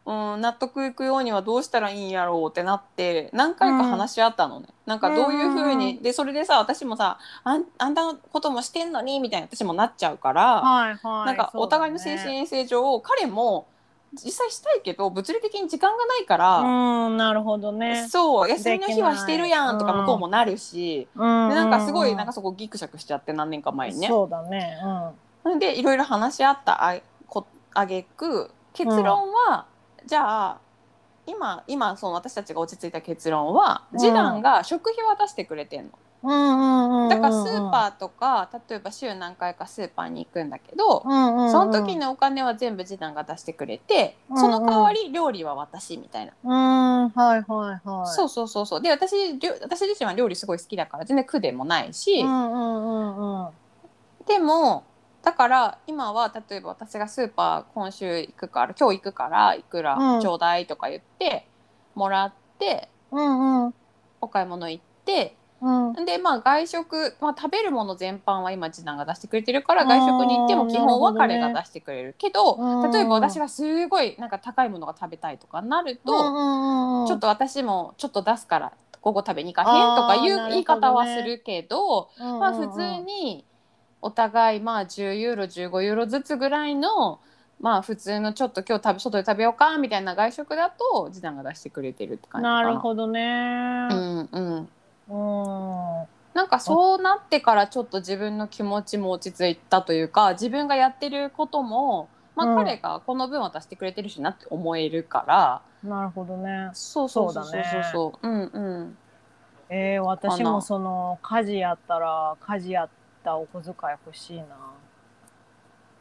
Speaker 1: うん、納得いくようにはどうしたらいいんやろうってなって何回か話し合ったのね、なんかどういうふうに、
Speaker 2: う
Speaker 1: でそれでさ私もさあんあんなこともしてんのにみたいな私もなっちゃうから。
Speaker 2: はいはい。
Speaker 1: なんかお互いの
Speaker 2: そ
Speaker 1: 精
Speaker 2: うだね
Speaker 1: 神衛生上、彼も実際したいけど物理的に時間がないから、
Speaker 2: うんなるほどね。
Speaker 1: そう休みの
Speaker 2: でき
Speaker 1: 日
Speaker 2: ない
Speaker 1: はしてるやんとか
Speaker 2: うん
Speaker 1: 向こうもなるし、
Speaker 2: で
Speaker 1: で
Speaker 2: な
Speaker 1: なんかすごいなんかそこギクシャクしちゃって何年か前にね。
Speaker 2: そうだね。うん。
Speaker 1: でいろいろ話し合ったあいこあげく結論は、じゃあ今今その私たちが落ち着いた結論は、
Speaker 2: うん
Speaker 1: 次男が食費は出してくれてんの。
Speaker 2: うんうんうんうんうん。
Speaker 1: だからスーパーとか例えば週何回かスーパーに行くんだけど、
Speaker 2: うんうんうん。
Speaker 1: その時のお金は全部次男が出してくれて、
Speaker 2: うんうん
Speaker 1: その代わり料理は私みたいな、
Speaker 2: うんはいはいはい。
Speaker 1: そうそうそうそうで私料私自身は料理すごい好きだから全然苦でもないし、
Speaker 2: うんうんうんうん。
Speaker 1: でもだから今は例えば私がスーパー今週行くから今日行くからいく
Speaker 2: う
Speaker 1: ら
Speaker 2: ん
Speaker 1: ちょうだいとか言ってもらって
Speaker 2: うんうん
Speaker 1: お買い物行って
Speaker 2: うん。
Speaker 1: でまあ外食、まあ、食べるもの全般は今次男が出してくれてるから外食に行って
Speaker 2: あ
Speaker 1: も
Speaker 2: ー
Speaker 1: 基本は
Speaker 2: なるほどね
Speaker 1: 彼が出してくれるけど
Speaker 2: うん
Speaker 1: 例えば私がすごいなんか高いものが食べたいとかなると、
Speaker 2: と
Speaker 1: ちょっと私もちょっと出すからここ食べに行かへ
Speaker 2: あ
Speaker 1: ん
Speaker 2: ー
Speaker 1: とかい
Speaker 2: なるほど
Speaker 1: う
Speaker 2: ね
Speaker 1: 言い方はするけど、
Speaker 2: ま
Speaker 1: まあ普通にお互いまあ10ユーロ15ユーロずつぐらいのまあ普通のちょっと今日食べ外で食べようかみたいな外食だと次男が出してくれてるって感じかな。
Speaker 2: なるほどね。
Speaker 1: うんうん
Speaker 2: うん。
Speaker 1: なんかそうなってからちょっと自分の気持ちも落ち着いたというか自分がやってることも、ま
Speaker 2: う
Speaker 1: あ、
Speaker 2: ん
Speaker 1: 彼がこの分渡してくれてるしなって思えるから、
Speaker 2: なるほどね。
Speaker 1: そうそうそうそうそうそううんうん
Speaker 2: えー、私もその家事やったら家事やったお小遣い欲しいな。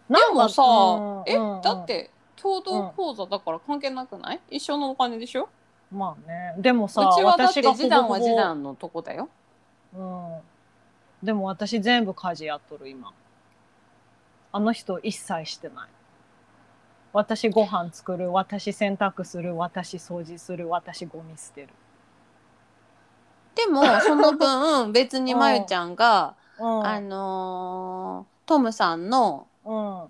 Speaker 1: でもさ、
Speaker 2: うん
Speaker 1: え、
Speaker 2: うんうん
Speaker 1: だって共同口座だから関係なくない、一緒のお金でしょ
Speaker 2: まあねでも
Speaker 1: う
Speaker 2: さ
Speaker 1: ちはだって
Speaker 2: 私が
Speaker 1: 次男
Speaker 2: ほぼ
Speaker 1: は
Speaker 2: ほぼ
Speaker 1: 次男のとこだよ
Speaker 2: うん、でも私全部家事やっとる今あの人一切してない私ご飯作る私洗濯する私掃除する私ゴミ捨てる、
Speaker 1: で もその分別にまゆちゃんが、
Speaker 2: うん
Speaker 1: あのートムさんの
Speaker 2: うん、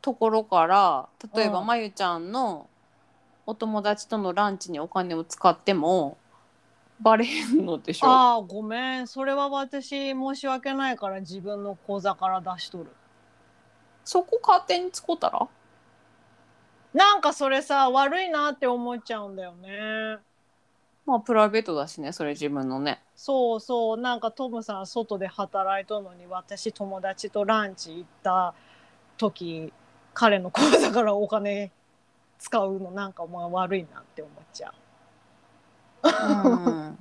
Speaker 1: ところから例えば
Speaker 2: うん
Speaker 1: まゆちゃんのお友達とのランチにお金を使ってもバレるのでしょ
Speaker 2: ああごめんそれは私申し訳ないから自分の口座から出しとる
Speaker 1: そこ勝手に使ったら
Speaker 2: なんかそれさ悪いなって思っちゃうんだよね
Speaker 1: まあプライベートだしねそれ自分のね
Speaker 2: そうそうなんかトムさん外で働いとんのに私友達とランチ行った時彼の口座からお金使うのなんかまあ悪いなって思っちゃ
Speaker 1: うん
Speaker 2: う、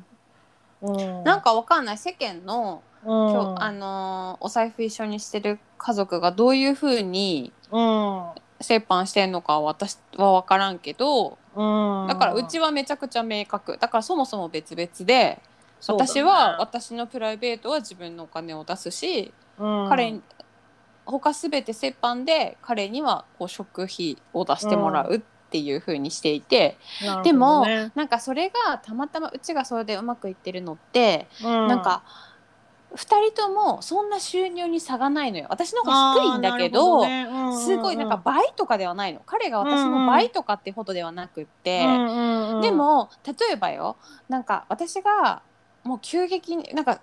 Speaker 2: うん、
Speaker 1: なんかわかんない世間の
Speaker 2: う
Speaker 1: 今
Speaker 2: ん
Speaker 1: 日あのーお財布一緒にしてる家族がどういうふうに折半してんのかは私は分からんけど
Speaker 2: うんうん
Speaker 1: だからうちはめちゃくちゃ明確だからそもそも別々で、
Speaker 2: そうだね
Speaker 1: 私は私のプライベートは自分のお金を出すし、
Speaker 2: うん
Speaker 1: 彼他すべて折半で彼にはこう食費を出してもらうっていう風にしていて、
Speaker 2: なるほどね
Speaker 1: でもなんかそれがたまたまうちがそれでうまくいってるのって、
Speaker 2: な
Speaker 1: なんか2人ともそんな収入に差がないのよ。私の方が低いんだけどすごいなんか倍とかではないの彼が私の倍とかってほどではなくって、でも例えばよなんか私がもう急激になんか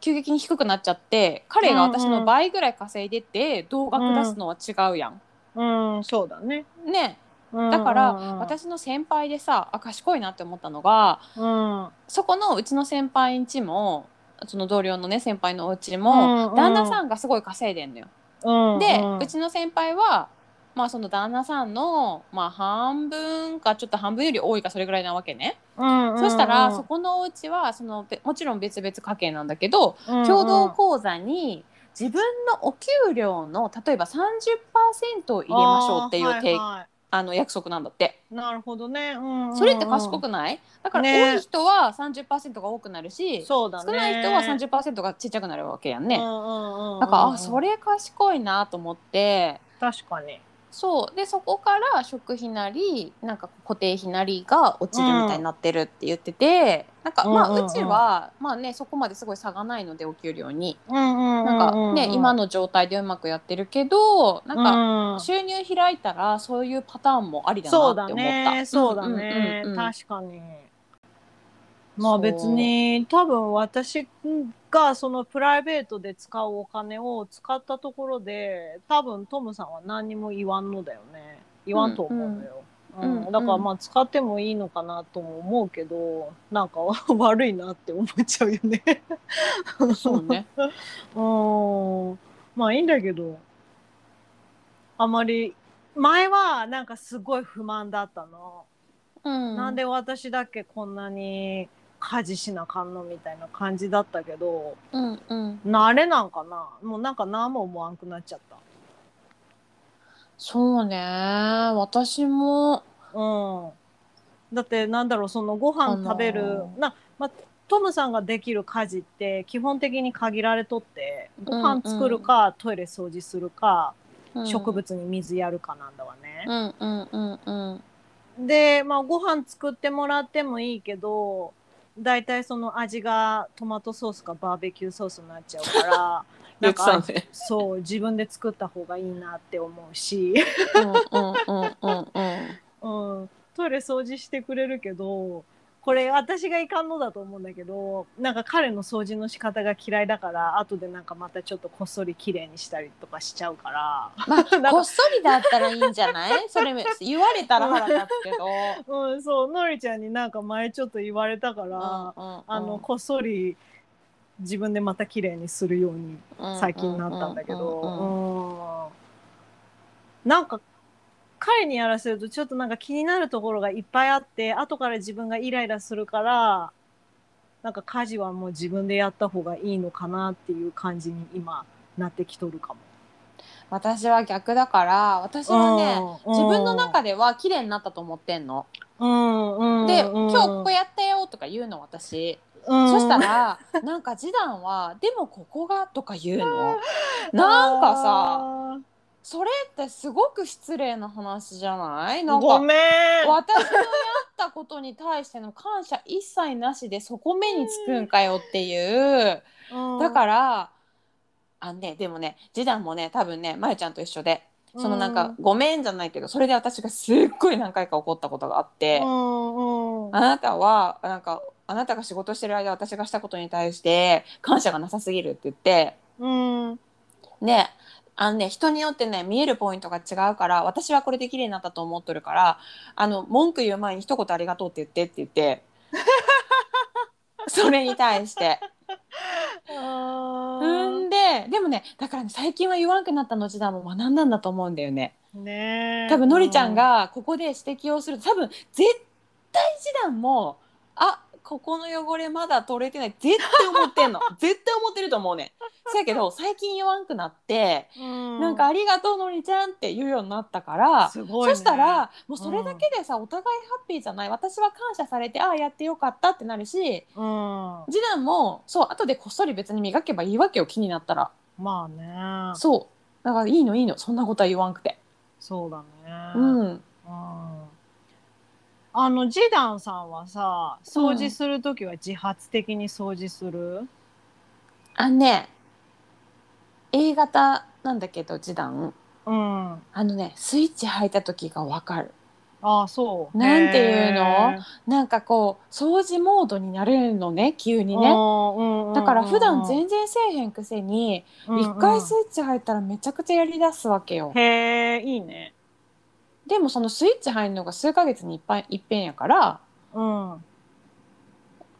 Speaker 1: 急激に低くなっちゃって彼が私の倍ぐらい稼いでて同額出すのは違うやん。
Speaker 2: うんそうだね
Speaker 1: ねだ
Speaker 2: だ
Speaker 1: から私の先輩でさあ賢いなって思ったのが
Speaker 2: も
Speaker 1: そこのうちの先輩ん家もその同僚のね先輩のお家も、旦
Speaker 2: 旦
Speaker 1: 那さんがすごい稼いでんのよ。
Speaker 2: ん
Speaker 1: で、うちの先輩は、まあ、その旦那さんの、まあ、半分かちょっと半分より多いかそれぐらいなわけね、そしたらそこのお家はそのべもちろん別々家計なんだけど、共同口座に自分のお給料の例えば30%を入れましょうっていうてあ、の約束なんだって
Speaker 2: なるほどね
Speaker 1: それって賢くないだから
Speaker 2: ね
Speaker 1: 多い人は30%が多くなるし、
Speaker 2: そうだ
Speaker 1: 少
Speaker 2: ね
Speaker 1: ない人は30%がちっちゃくなるわけやんね。
Speaker 2: ね
Speaker 1: だからあそ
Speaker 2: れ
Speaker 1: れ賢いなと思って
Speaker 2: 確かに
Speaker 1: そうでそこから食費なりなんか固定費なりが落ちるみたいになってるって言ってて、なんかまあ、
Speaker 2: う
Speaker 1: うん
Speaker 2: うんうん
Speaker 1: ちはまあねそこまですごい差がないのでお給料に
Speaker 2: な
Speaker 1: なんかね、今
Speaker 2: の
Speaker 1: の状態でうまくやってるけどなんか
Speaker 2: か
Speaker 1: 収入開いたらそういうパターンもありだ
Speaker 2: そ
Speaker 1: なっ
Speaker 2: うだ
Speaker 1: て思った。
Speaker 2: ねそうだね
Speaker 1: うんうんうんうん
Speaker 2: 確かにまあ
Speaker 1: そう
Speaker 2: 別に多分私がそのプライベートで使うお金を使ったところで多分トムさんは何にも言わんのだよね言わんと思うのよ、
Speaker 1: ん
Speaker 2: うん
Speaker 1: うん
Speaker 2: だからまあ使ってもいいのかなとも思うけどなんか悪いなって思っちゃうよね
Speaker 1: そう ね。
Speaker 2: うんまあいいんだけどあまり前はなんかすごい不満だったの、
Speaker 1: うん。
Speaker 2: なんで私だけこんなに家事しなあかんのみたいな感じだったけど
Speaker 1: うんうん。
Speaker 2: 慣れなんかなもうなんか何も思わんくなっちゃった
Speaker 1: そうね。私も。
Speaker 2: うんだってなんだろうそのご飯食べる、
Speaker 1: あのー
Speaker 2: な、ま、トムさんができる家事って基本的に限られとってご
Speaker 1: うん
Speaker 2: 飯
Speaker 1: うん
Speaker 2: 作るか、トイレ掃除するか、
Speaker 1: うん
Speaker 2: 植。物に水やるかなんだわね、
Speaker 1: うんうんうんうん。
Speaker 2: で、まあ、ご飯作ってもらってもいいけど、だいたいその味がトマトソースかバーベキューソースになっちゃうから、 なんか、
Speaker 1: ね。
Speaker 2: そう、自分で作った方がいいなって思うし、
Speaker 1: うんうんうんうんうん。
Speaker 2: うん、トイレ掃除してくれるけど、これ私がいかんのだと思うんだけど、なんか彼の掃除の仕方が嫌いだから、後でなんかまたちょっとこっそり綺麗にしたりとかしちゃうから、
Speaker 1: まあ、
Speaker 2: か
Speaker 1: こっそりだったらいいんじゃ ないそれ言われたら腹立つけど。
Speaker 2: うん、そう、のりちゃんになんか前ちょっと言われたから、あ
Speaker 1: あ
Speaker 2: の、こっそり自分でまた綺麗にするように最近なったんだけどうんなんか彼にやらせるとちょっとなんか気になるところがいっぱいあって後から自分がイライラするからなんか家事はもう自分でやった方がいいのかなっていう感じに今なってきとるかも。
Speaker 1: 私は逆だから、私はね、
Speaker 2: うん
Speaker 1: 自分の中では綺麗になったと思ってんの。
Speaker 2: うんうん
Speaker 1: で、
Speaker 2: うん
Speaker 1: 今日ここやったよとか言うの私。
Speaker 2: うん
Speaker 1: そしたら、なんか次男は、でもここがとか言う の。なんかさ、
Speaker 2: あ
Speaker 1: それってすごく失礼な話じゃない
Speaker 2: ー
Speaker 1: なんか
Speaker 2: ごめ ん
Speaker 1: 私のやったことに対しての感謝一切なしでそこ目につくんかよっていうだ
Speaker 2: ら
Speaker 1: からあねでもね次男もね多分ねまゆちゃんと一緒でそのなんか「ごめん」じゃないけどそれで私がすっごい何回か怒ったことがあって
Speaker 2: うんうん
Speaker 1: あなたはなんかあなたが仕事してる間私がしたことに対して感謝がなさすぎるって言って
Speaker 2: うん
Speaker 1: ねあのね人によってね見えるポイントが違うから私はこれで綺麗になったと思っとるからあの文句言う前に一言ありがとうって言ってって言って それに対して
Speaker 2: あー
Speaker 1: うんででもねだからね最近は言わんくなったの時代も学んだんだと思うんだよね
Speaker 2: ねえ
Speaker 1: 多分のりちゃん、がここで指摘をすると多分絶対次男もあここの汚れまだ取れてない絶対思ってん の絶対思ってると思うねんそやけど最近言わんくなって
Speaker 2: うん
Speaker 1: なんか「ありがとうのりちゃん」って言うようになったから、
Speaker 2: すごい、ね、
Speaker 1: そしたらもうそれだけでさ、お互いハッピーじゃない私は感謝されてああやってよかったってなるし
Speaker 2: うんま
Speaker 1: 次男もそう後でこっそり別に磨けばいいわけよ気になったら
Speaker 2: あね
Speaker 1: そうだからいいのいいのそんなことは言わんくて
Speaker 2: そうだね。
Speaker 1: う
Speaker 2: うん
Speaker 1: ん
Speaker 2: あのジダンさんはさ掃除する時は自発的に掃除する、
Speaker 1: あのね A 型なんだけど時短
Speaker 2: うん、あ
Speaker 1: あのねスイッチ入った時がわかる
Speaker 2: あそう。
Speaker 1: なんていうの
Speaker 2: へ
Speaker 1: なんかこう掃除モードになれるのね急
Speaker 2: え
Speaker 1: に
Speaker 2: う
Speaker 1: ね
Speaker 2: んうんうん
Speaker 1: だから普段全然せえへんくせに
Speaker 2: うんうん
Speaker 1: 一回スイッチ入ったらめちゃくちゃやりだすわけよ
Speaker 2: へえいいね。
Speaker 1: でもそのスイッチ入るのが数ヶ月にいっぱいいっぺんやから
Speaker 2: うん。うん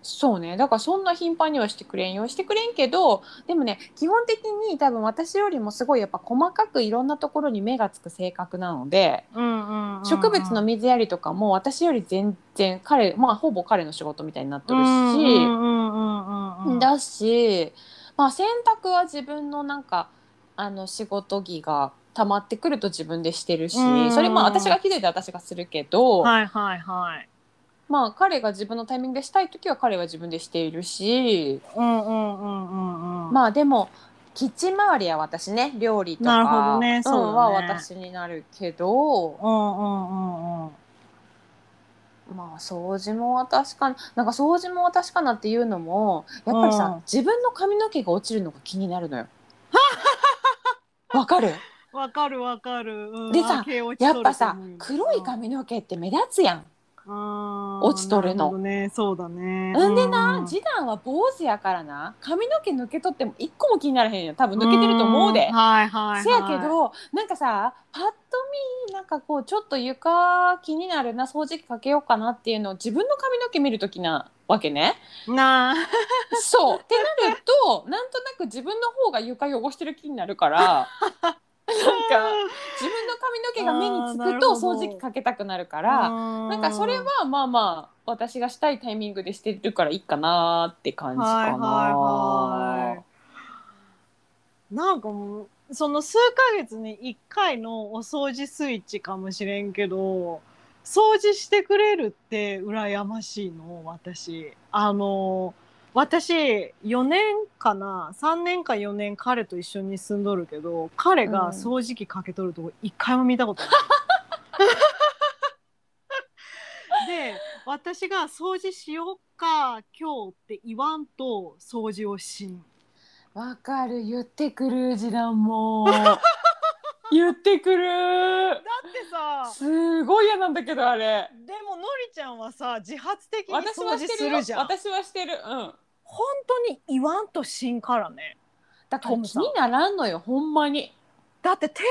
Speaker 1: そうねだからそんな頻繁にはしてくれんよしてくれんけどでもね基本的に多分私よりもすごいやっぱ細かくいろんなところに目がつく性格なので
Speaker 2: うんうんうん。
Speaker 1: 植物の水やりとかも私より全然彼まあほぼ彼の仕事みたいになってるし、
Speaker 2: うんうんうんうんうん。
Speaker 1: だし、まあ、洗濯は自分のなんかあの仕事着が溜まってくると自分でしてるし、
Speaker 2: うん
Speaker 1: それまあ私がひどいと私がするけど、
Speaker 2: はいはいはい。
Speaker 1: まあ彼が自分のタイミングでしたい時は彼は自分でしているし、
Speaker 2: うんうんうんうんうん。
Speaker 1: まあでもキッチン周りは私ね料理とか
Speaker 2: なるほどね
Speaker 1: ん
Speaker 2: そうだね
Speaker 1: は私になるけど、
Speaker 2: うんうんうんうん。
Speaker 1: まあ掃除も私かななんか掃除も私かなっていうのもやっぱりさ、
Speaker 2: うん
Speaker 1: 自分の髪の毛が落ちるのが気になるの よ。わかる
Speaker 2: わかるわかる。うん
Speaker 1: でさ
Speaker 2: あ毛落ち
Speaker 1: や
Speaker 2: と
Speaker 1: っ
Speaker 2: る
Speaker 1: ぱ
Speaker 2: と
Speaker 1: さ
Speaker 2: 思うよ
Speaker 1: 黒い髪の毛って目立つやん。落
Speaker 2: 落
Speaker 1: ちとるの
Speaker 2: ね、そうだね。
Speaker 1: うんで
Speaker 2: う
Speaker 1: な次男は坊主やからな髪の毛抜け取っても一個も気にならへんやん多分抜けてると思うで
Speaker 2: ん。はいはい、はい。
Speaker 1: せやけどなんかさパッと見なんかこうちょっと床気になるな掃除機かけようかなっていうのを自分の髪の毛見る時なわけ ね。
Speaker 2: なあ、
Speaker 1: そうってなるとなんとなく自分の方が床汚してる気になる からなんか自分の髪の毛が目につ
Speaker 2: あーな
Speaker 1: く
Speaker 2: る
Speaker 1: と
Speaker 2: ほど
Speaker 1: 掃除機かけたくなるから。な
Speaker 2: な
Speaker 1: か
Speaker 2: ん
Speaker 1: それはまあまあ私がしたいタイミングでしてるからいいかなって感じかな。
Speaker 2: はいはいはい。なんかもうその数ヶ月に一回のお掃除スイッチかもしれんけど、掃除してくれるって羨ましいの私。あの私4年かな3年か4年彼と一緒に住んどるけど彼
Speaker 1: うん
Speaker 2: が掃除機かけとるとこ一回も見たことない。 で私が掃除しようか今日って言わんと掃除をしん。
Speaker 1: わかる言ってくる次男も 言ってくる
Speaker 2: だってさ
Speaker 1: すごい嫌なんだけどあれ
Speaker 2: でものりちゃんはさ自発的に
Speaker 1: 私は
Speaker 2: 掃
Speaker 1: し
Speaker 2: 除
Speaker 1: て
Speaker 2: す
Speaker 1: るよ
Speaker 2: るじゃん。
Speaker 1: 私はしてるうん
Speaker 2: 本当に言わんとしんからね。
Speaker 1: だから
Speaker 2: トム
Speaker 1: 気
Speaker 2: さん
Speaker 1: にならんのよほんまに
Speaker 2: だってテーブル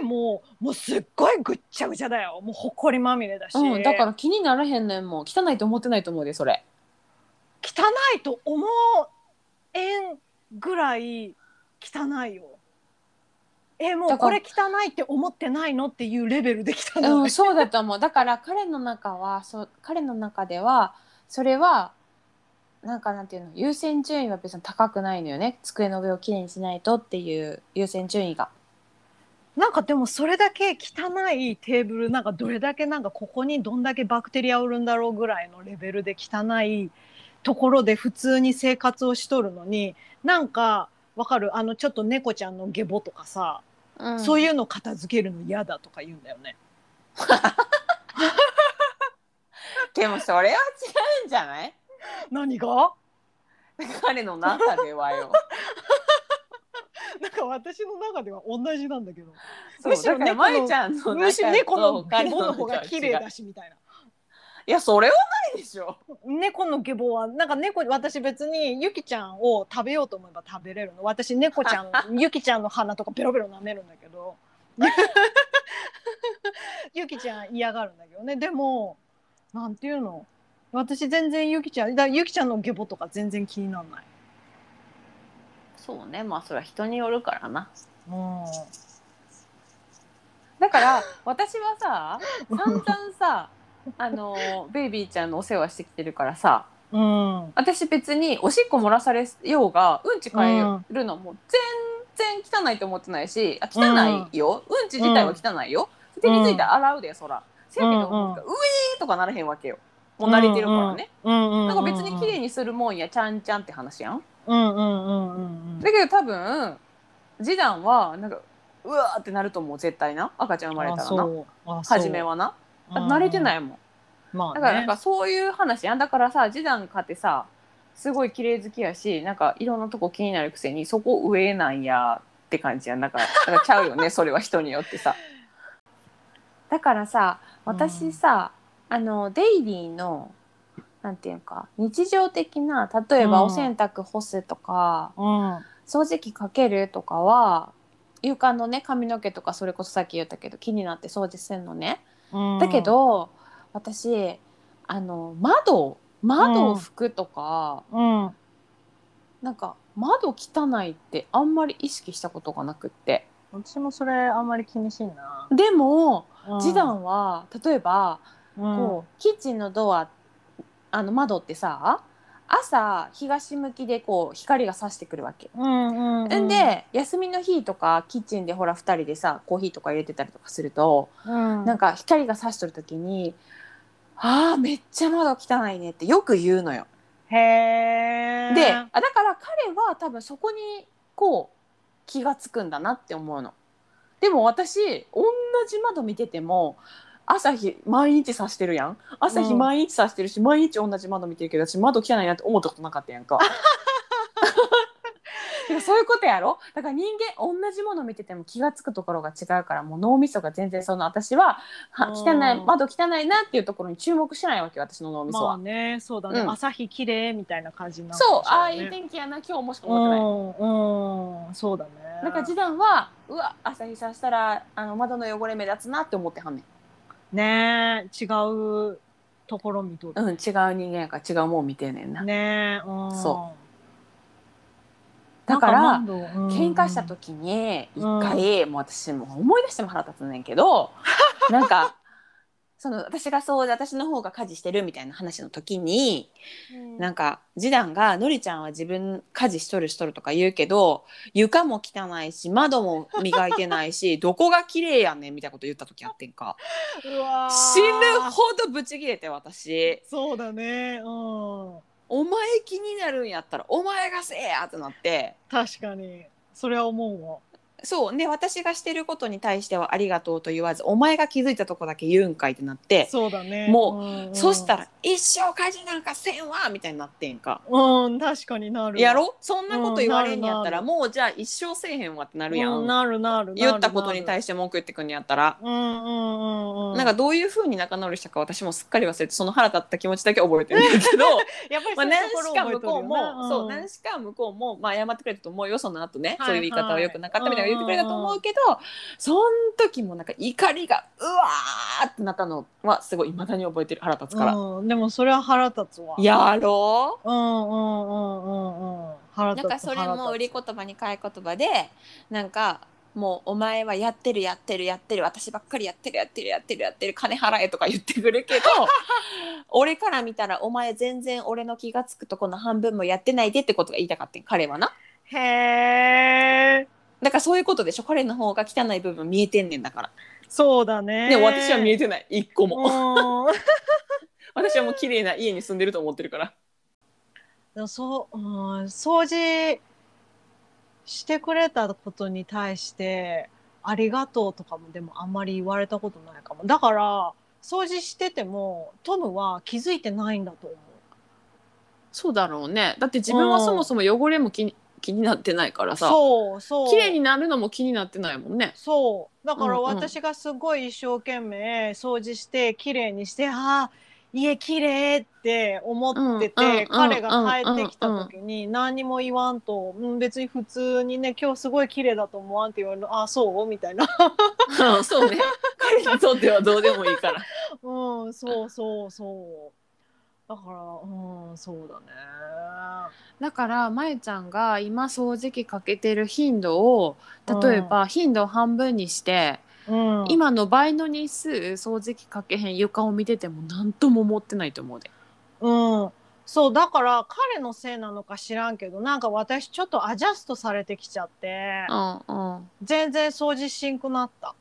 Speaker 2: の上ももうすっごいぐっちゃぐちゃだよもうほこりまみれだし、
Speaker 1: うんだから気にならへんねんもう汚いと思ってないと思うでそれ
Speaker 2: 汚いと思えんぐらい汚いよ。えも
Speaker 1: だ
Speaker 2: う
Speaker 1: か
Speaker 2: こ
Speaker 1: ら
Speaker 2: れ汚いって思ってないのっていうレベルで汚い。
Speaker 1: うん、そうだと思う。だから彼の中は、そう彼の中では、それは、なんかなんていうの、優先順位は別に高くないのよね。机の上をきれいにしないとっていう優先順位が。
Speaker 2: なんかでもそれだけ汚いテーブルなんかどれだけなんかここにどんだけバクテリアおるんだろうぐらいのレベルで汚いところで普通に生活をしとるのになんかわかるあのちょっと猫ちゃんの下ボとかさ、そう
Speaker 1: う
Speaker 2: い
Speaker 1: ん。
Speaker 2: うの片付けるの嫌だとか言うんだよね。
Speaker 1: でもそれは違うんじゃない
Speaker 2: 何が
Speaker 1: 彼の中ではよ。
Speaker 2: なんか私の中では同じなんだけど
Speaker 1: む
Speaker 2: む
Speaker 1: し
Speaker 2: し
Speaker 1: ろ
Speaker 2: ろ
Speaker 1: ね、
Speaker 2: 猫の
Speaker 1: まゆちゃんの中と
Speaker 2: むしろ猫の下
Speaker 1: 彼
Speaker 2: ボの方
Speaker 1: 中
Speaker 2: が
Speaker 1: は違う
Speaker 2: 綺麗だしみたいな。
Speaker 1: いや、それはないでしょ。
Speaker 2: 猫の下坊はなんか猫私別にゆきちゃんを食べようと思えば食べれるの私猫ちゃ んゆきちゃんの鼻とかベロベロ舐めるんだけど ゆきちゃん嫌がるんだけどねでもなんていうの私全然ゆきちゃんだゆきちゃんの下坊とか全然気にならない、
Speaker 1: そうね、まあそれは人によるからな。
Speaker 2: う
Speaker 1: だから私はさ、散々さ、あのベイビーちゃんのお世話してきてるからさ、
Speaker 2: んうん、
Speaker 1: 私別におしっこ漏らされようがうんち変えるのも全然汚いと思ってないしあ汚いよ、うん、ち自体は汚いよ、手について洗うでそらせやけど、
Speaker 2: うん
Speaker 1: な
Speaker 2: うん
Speaker 1: んかうえーとかならへんわけよもう慣れてるからね、
Speaker 2: うんうんうん、
Speaker 1: なんか別に綺麗にするもんやちゃんちゃんって話やん
Speaker 2: うんうんうんうんうん
Speaker 1: だけど多分次男はなんかうわーってなると思う絶対な赤ちゃん生まれたらな
Speaker 2: な、
Speaker 1: 初めはな慣れてないいもん
Speaker 2: ま
Speaker 1: だ
Speaker 2: あね、
Speaker 1: からなんかそういう話やんだからさ次男買ってさすごい綺麗好きやしなんかいろんなとこ気になるくせにそこ上なんやって感じやんなんかなんかちゃうよ ねそれは人によってさだからさ私さ、あのデイリーのなんていうか日常的な例え
Speaker 2: う
Speaker 1: ば
Speaker 2: ん
Speaker 1: お洗濯干すとか、
Speaker 2: うん
Speaker 1: 掃除機かけるとかは床のね髪の毛とかそれこそさっき言ったけど気になって掃除するのね、
Speaker 2: うん
Speaker 1: だけど私あの窓窓を拭くとか、
Speaker 2: うん
Speaker 1: なんか窓汚いってあんまり意識したことがなくって
Speaker 2: 私もそれあんまり気にしんな、
Speaker 1: でも
Speaker 2: うん
Speaker 1: 次男は例えば、
Speaker 2: うん
Speaker 1: こうキッチンのドアあの窓ってさ朝東向きでこう光が差してくるわけ。
Speaker 2: うんうん
Speaker 1: んで休みの日とかキッチンでほら2人でさコーヒーとか入れてたりとかすると、
Speaker 2: うん
Speaker 1: なんか光が差しとる時に「あーめっちゃ窓汚いね」ってよく言うのよ。
Speaker 2: へえ
Speaker 1: であだから彼は多分そこにこう気がつくんだなって思うの。でも私同じ窓見てても朝日毎日さしてるやん朝日
Speaker 2: うん
Speaker 1: 毎日さしてるし、毎日同じ窓見てるけど私窓汚いなって思ったことなかったやん か。 てかそういうことやろだから人間同じもの見てても気がつくところが違うからもう脳みそが全然その私はは汚
Speaker 2: う
Speaker 1: い
Speaker 2: ん
Speaker 1: 窓汚いなっていうところに注目しないわけよ私の脳みそ
Speaker 2: ま
Speaker 1: は。
Speaker 2: あねそうだね、
Speaker 1: うん
Speaker 2: 朝日綺麗みたいな感じにな
Speaker 1: そうああい
Speaker 2: ね
Speaker 1: う天気やな今日もしか
Speaker 2: う
Speaker 1: 思ってない。
Speaker 2: んうんそうだね
Speaker 1: なんか次男はうわ朝日さしたらあの窓の汚れ目立つなって思ってはんね
Speaker 2: ねえ違うところ見と
Speaker 1: ん、
Speaker 2: る、
Speaker 1: うん、違う人間やから違うもん見てんねんな、
Speaker 2: ねえ、うん、
Speaker 1: そうだから喧
Speaker 2: 喧
Speaker 1: 嘩した時に一回、もう私もう思い出しても腹立つねんけどなんかその私がそうで私の方が家事してるみたいな話の時になんか次男が「のりちゃんは自分家事しとるしとる」とか言うけど床も汚いし窓も磨いてないしどこが綺麗やねんみたいなこと言った時あってんか死ぬほどブチ切れて私。
Speaker 2: そうだねうん
Speaker 1: お前気になるんやったらお前がせえやってなって
Speaker 2: 確かにそれは思うわ
Speaker 1: そうね私がしてることに対してはありがとうと言わずお前が気づいたとこだけ言うんかいってなって
Speaker 2: そうだね
Speaker 1: も
Speaker 2: うんうん
Speaker 1: そしたら一生家事なんかせんわみたいになってんか
Speaker 2: うん確かになるわ
Speaker 1: やろそんなこと言われんやったら
Speaker 2: うん
Speaker 1: もうじゃあ一生せえへんわってなるや
Speaker 2: うん
Speaker 1: ん
Speaker 2: なるなるなる
Speaker 1: 言ったことに
Speaker 2: して
Speaker 1: 対して文句言ってくんやったら
Speaker 2: うんうんうんうん
Speaker 1: なんかどういうふうに仲直りしたか私もすっかり忘れてその腹立った気持ちだけ覚えてるんだけど
Speaker 2: やっぱり
Speaker 1: まあ
Speaker 2: そういう
Speaker 1: 何
Speaker 2: ところ
Speaker 1: し
Speaker 2: を
Speaker 1: か
Speaker 2: 覚え
Speaker 1: 向
Speaker 2: とる
Speaker 1: こう
Speaker 2: よな
Speaker 1: もそう何
Speaker 2: ん
Speaker 1: しか向こうもまあ謝ってくれたと思うよその後ね
Speaker 2: はい
Speaker 1: そういう言い方は良くなかったみたいな言ってくれたと思うけどその時もなんか怒りがうわーってなったのはすごい未だに覚えてる腹立つから
Speaker 2: うんでもそれは腹立つわ
Speaker 1: やろ
Speaker 2: うんうんうんうんうん腹
Speaker 1: う
Speaker 2: 立
Speaker 1: な
Speaker 2: つ
Speaker 1: んかそれも売り
Speaker 2: 子
Speaker 1: 言葉に買い言葉でなんかもうお前はやってるやってるやってる私ばっかりやってるやってるやってるやってる金払えとか言ってくるけど 俺から見たらお前全然俺の気が付くとこの半分もやってないでってことが言いたかったん彼はな。
Speaker 2: へえ
Speaker 1: だからそういうことでしょ彼の方が汚い部分見えてんねんだから、
Speaker 2: そうだね
Speaker 1: でも私は見え
Speaker 2: て
Speaker 1: てない一個も、
Speaker 2: も
Speaker 1: 私はもう綺麗な家に住んでると思ってるから
Speaker 2: でもそう、うん、掃除してくれたことに対して、ありがとうとかもでもあんまり言われたことないかも。だから、掃除してても、トムは気づいてないんだと思う。
Speaker 1: そうだろうねだって自
Speaker 2: 分はそも
Speaker 1: そも汚れも気に気になってないから
Speaker 2: そう、そう。
Speaker 1: なるのも気になってないもんね
Speaker 2: そう。だから
Speaker 1: うんうん
Speaker 2: 私がすごい一生懸命掃除して、綺麗にして、ああ、家綺麗って思って
Speaker 1: うんうんうんう
Speaker 2: て、
Speaker 1: ん
Speaker 2: 彼が帰ってきた時に何にも言わんと、うん、別に普通にね、今日すごい綺麗だと思わんって言われるああ、そうみたいな。
Speaker 1: そうね彼にとってはどうでもいいから
Speaker 2: うん、そうそうそう。だから、うん、そうだね。
Speaker 1: だからまゆちゃんが今掃除機かけてる頻度を例えば頻度を半分にして、
Speaker 2: うん、
Speaker 1: 今の倍の日数掃除機かけへん床を見てても何とも思ってないと思うで
Speaker 2: うん、そう、だから彼のせいなのか知らんけど、なんか私ちょっとアジャストされてきちゃって、
Speaker 1: うんうん
Speaker 2: 全然掃除しんくな った。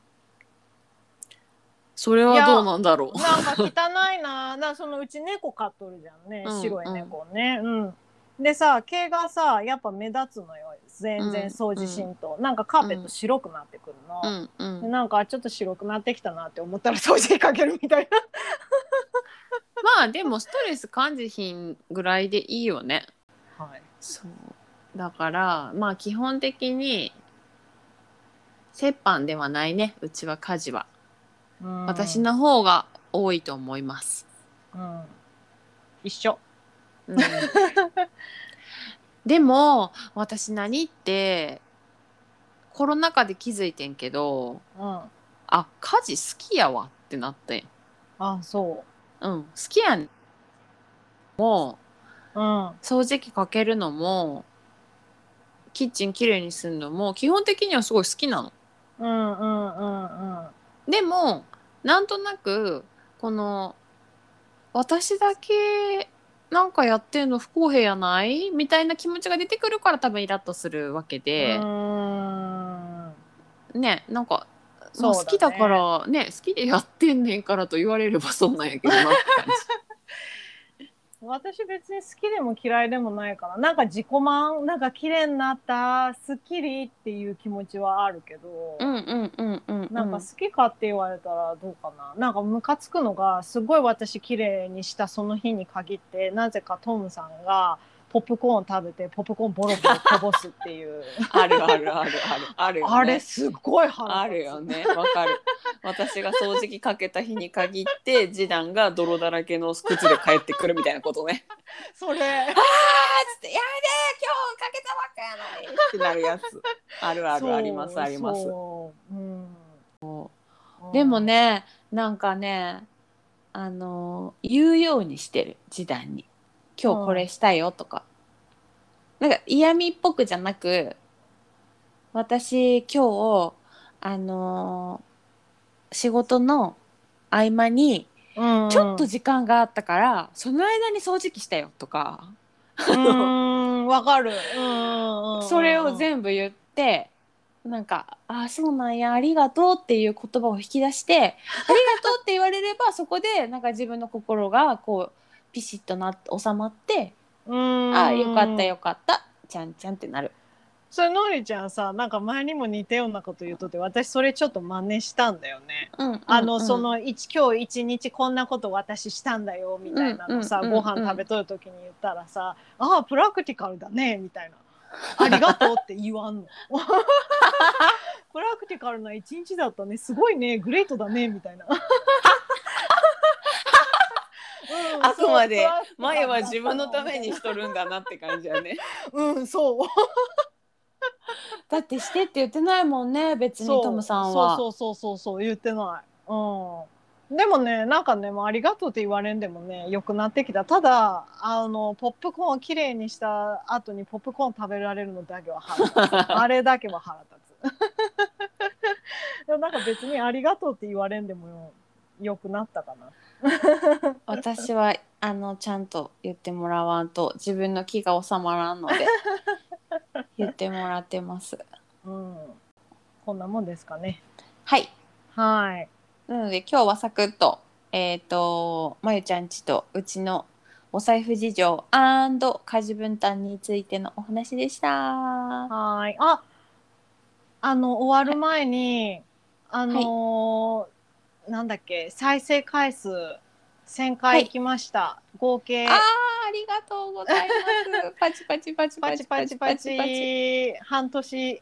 Speaker 1: それはどうなんだろう。
Speaker 2: なんか汚いな、なそのうち猫飼っとるじゃんね
Speaker 1: うん、
Speaker 2: 白い猫ね。うんでさ毛がさやっぱ目立つのよ全然
Speaker 1: うん
Speaker 2: 掃除しんと、なんかカーペット白くなってくるの、
Speaker 1: うんう
Speaker 2: で
Speaker 1: ん、
Speaker 2: なんかちょっと白くなってきたなって思ったら 掃除機かけるみたいな
Speaker 1: まあでもストレス感じひんぐらいでいいよね
Speaker 2: はい、
Speaker 1: そうだからまあ基本的に折半ではないねうちは家事は、
Speaker 2: うん
Speaker 1: 私、の方が多いと思います、
Speaker 2: うん、一緒
Speaker 1: うん でも私何ってコロナ禍で気づいてんけど
Speaker 2: うんあ
Speaker 1: あ家事好きやわってなったやん
Speaker 2: そ
Speaker 1: うん好きやんもう
Speaker 2: ううん
Speaker 1: 掃除機かけるのもキッチンきれいにするのも基本的にはすごい好きなの
Speaker 2: うんうんうんうん
Speaker 1: でもなんとなくこの私だけなんかやってんの不公平やないみたいな気持ちが出てくるから多分イラッとするわけで
Speaker 2: う、ーん
Speaker 1: ねなんか、
Speaker 2: そうだね
Speaker 1: まあ好きだからね好きでやってんねんからと言われればそうなんやけどなって感じ
Speaker 2: 私別に好きでも嫌いでもないからなんか自己満なんか綺麗になったすっきりっていう気持ちはあるけど、
Speaker 1: うんうんうんうんうん
Speaker 2: なんか好きかって言われたらどうかな、なんかムカつくのがすごい私綺麗にしたその日に限ってなぜかトムさんがポップコーン食べてポップコーンボロボロこぼすっていう
Speaker 1: あるあるあるあるあるよね
Speaker 2: あれすごい腹
Speaker 1: あ
Speaker 2: 立つ
Speaker 1: るよねわかる私が掃除機かけた日に限って次男が泥だらけの靴で帰ってくるみたいなことね
Speaker 2: そ
Speaker 1: つっ
Speaker 2: れ
Speaker 1: て「やめて今日かけたばっかやのに」 ってなるやつあるあ
Speaker 2: そう
Speaker 1: るありますあります
Speaker 2: そううん
Speaker 1: でもねなんかねあの言うようにしてる時短に「今日これしたよ」とか、なんか嫌味っぽくじゃなく「私今日あの仕事の合間に
Speaker 2: うん
Speaker 1: ちょっと時間があったから、その間に掃除機したよ」とか。
Speaker 2: うーんわかる。うんうんうんうん
Speaker 1: それを全部言ってなんか「あそうなんやありがとう」っていう言葉を引き出して「ありがとう」って言われればそこでなんか自分の心がこうピシッとなって収まって「
Speaker 2: うん
Speaker 1: あよかった。よかった」ちゃんちゃんってなる。
Speaker 2: それのりちゃんさなんか前にも似たようなこと言うとって私それちょっと真似したんだよね。
Speaker 1: うんうんうん
Speaker 2: あの、その一今日一日こんなこと私したんだよみたいなのさ、
Speaker 1: うんうん
Speaker 2: ご飯食べとる時に言ったらさ「ああプラクティカルだね」みたいな「ありがとう」って言わん の。プラクティカルな一日だったねすごいねグレートだねみた いな。うん
Speaker 1: あくまで
Speaker 2: そうプラクティカルだったの
Speaker 1: 前は自分のためにしとるんだなって感じやね。
Speaker 2: うんそう
Speaker 1: だってしてって言ってないもんね別にトムさんは。
Speaker 2: そうそうそうそうそう言ってないうんでもねなんかねもうありがとうって言われんでもね良くなってきたただあのポップコーンをきれいにした後にポップコーン食べられるのだけは腹立つ あれだけは腹立つ でもなんか別にありがとうって言われんでも良くなったかな
Speaker 1: 私はあのちゃんと言ってもらわんと自分の気が収まらんの で言ってもらってます
Speaker 2: うんこんなもんですかね
Speaker 1: はい
Speaker 2: はい
Speaker 1: なので今日はサクッとえっ、とまゆちゃんちとうちのお財布事情家事分担についてのお話でしたは
Speaker 2: はーい。あ、あの、終わる前に、あのーなんだっけ、再生回数1000回いきました。合計、
Speaker 1: あーありがとうございますパチパチパチ
Speaker 2: パ
Speaker 1: パ
Speaker 2: チ
Speaker 1: チ
Speaker 2: パ
Speaker 1: パ
Speaker 2: チ
Speaker 1: チ
Speaker 2: パ
Speaker 1: パ
Speaker 2: チ
Speaker 1: チパチ
Speaker 2: 半年、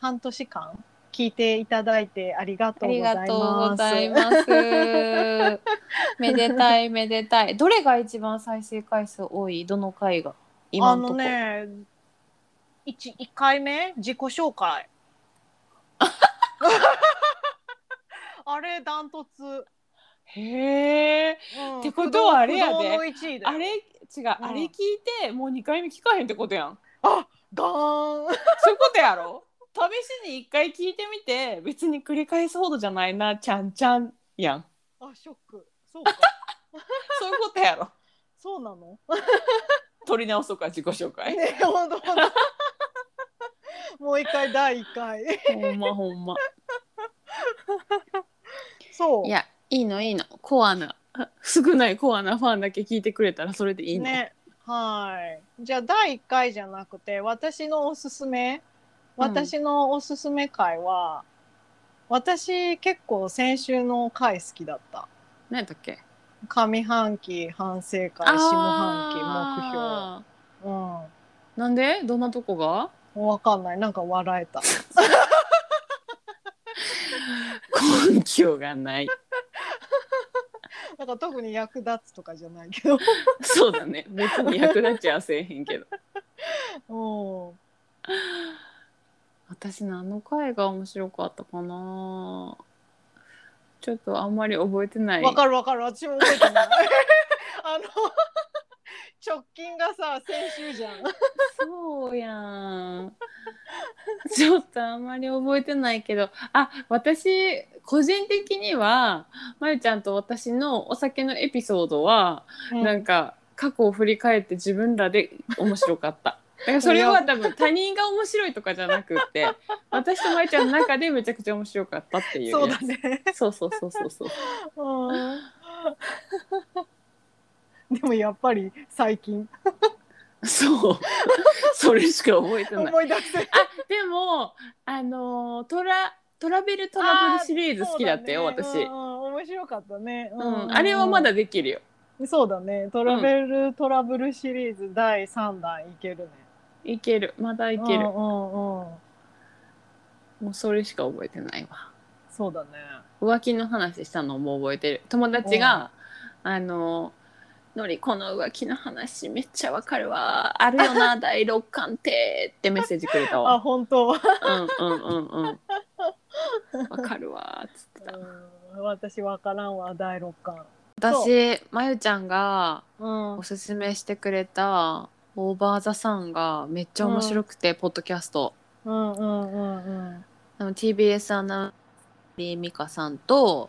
Speaker 2: 半年間聞いていただいてありがと
Speaker 1: あ
Speaker 2: うござ
Speaker 1: り
Speaker 2: います。
Speaker 1: がとうございます。 めでたいめでたい。どれが一番再生回数多い？どの回が？今
Speaker 2: あ
Speaker 1: のと
Speaker 2: の
Speaker 1: こ。
Speaker 2: ね、1, 1回目、自己紹 介。あれ、ダントツ。う
Speaker 1: へえ。
Speaker 2: ん
Speaker 1: ってことはあれやで
Speaker 2: 不動の一位だよ
Speaker 1: あれ違う、あれ聞いてもう二回目聞かへんってことやん。
Speaker 2: ガーン
Speaker 1: そういうことやろ？試しに一回聞いてみて別に繰り返すほどじゃないなちゃんちゃんやん。
Speaker 2: あショックそう か
Speaker 1: そういうことやろ。
Speaker 2: そうなの
Speaker 1: 取り直そうか自己紹介。
Speaker 2: ねほんと ほんともう一回第一回
Speaker 1: ほんまほんま。
Speaker 2: そ う
Speaker 1: いやいいのいいのコアな少ないコアなファンだけ聞いてくれたらそれでいいの。
Speaker 2: ねはいじゃあ第1回じゃなくて私のおすすめ
Speaker 1: うん
Speaker 2: 私のおすすめ回は、私結構先週の回好きだった
Speaker 1: 何やったっけ
Speaker 2: 上半期反省会下半
Speaker 1: あ
Speaker 2: 期目標うん
Speaker 1: ーなんでどんなとこが
Speaker 2: わかんない。なんか笑え た。
Speaker 1: 根拠がない
Speaker 2: なんか特に役立つとかじゃないけ ど。
Speaker 1: そうだ ね別に役立ちはせえへんけど
Speaker 2: うん。
Speaker 1: 私何の回が面白かったかなちょっとあんまり覚えてない
Speaker 2: わかるわかる。私も覚えてない。 あの、直近がさ、先週じゃん。
Speaker 1: そうやん。ちょっとあんまり覚えてないけど、あ、私個人的にはまゆちゃんと私のお酒のエピソードは、なんか過去を振り返って自分らで面白か った。だからそれは多分他人が面白いとかじゃなく って、私とまゆちゃんの中でめちゃくちゃ面白かったっていう、
Speaker 2: そうだ。ね。
Speaker 1: そうそうそうそうそう。
Speaker 2: うん。でもやっぱり最近
Speaker 1: そう。 それしか覚えてない。
Speaker 2: 思い出せない。
Speaker 1: あ でもあのートラトラベルトラブルシリーズ好きだったよ、
Speaker 2: そうだね
Speaker 1: 私、
Speaker 2: うんうん面白かったね。
Speaker 1: う
Speaker 2: うん
Speaker 1: あれはまだできるよ
Speaker 2: そうだね。トラベル、トラブルシリーズ第3弾いけるね。
Speaker 1: いけるまだいける
Speaker 2: う、んうんうん。
Speaker 1: もうそれしか覚えてないわ
Speaker 2: そうだね。
Speaker 1: 浮気の話したのも覚えてる友達が「あのーのりこの浮気の話めっちゃわかるわあるよ な第六感って」ってメッセージくれた
Speaker 2: あ、
Speaker 1: わ
Speaker 2: 本当。
Speaker 1: うんうんうんうんわかるわーっつってた
Speaker 2: うん私わからんわ第六感。
Speaker 1: 私まゆちゃんが
Speaker 2: うん
Speaker 1: お。すすめしてくれた「オーバー・ザ・サン」がめっちゃ面白くて、ポッドキャスト
Speaker 2: うんうんうんうん。
Speaker 1: あの TBS アナウンサーリー美香さんと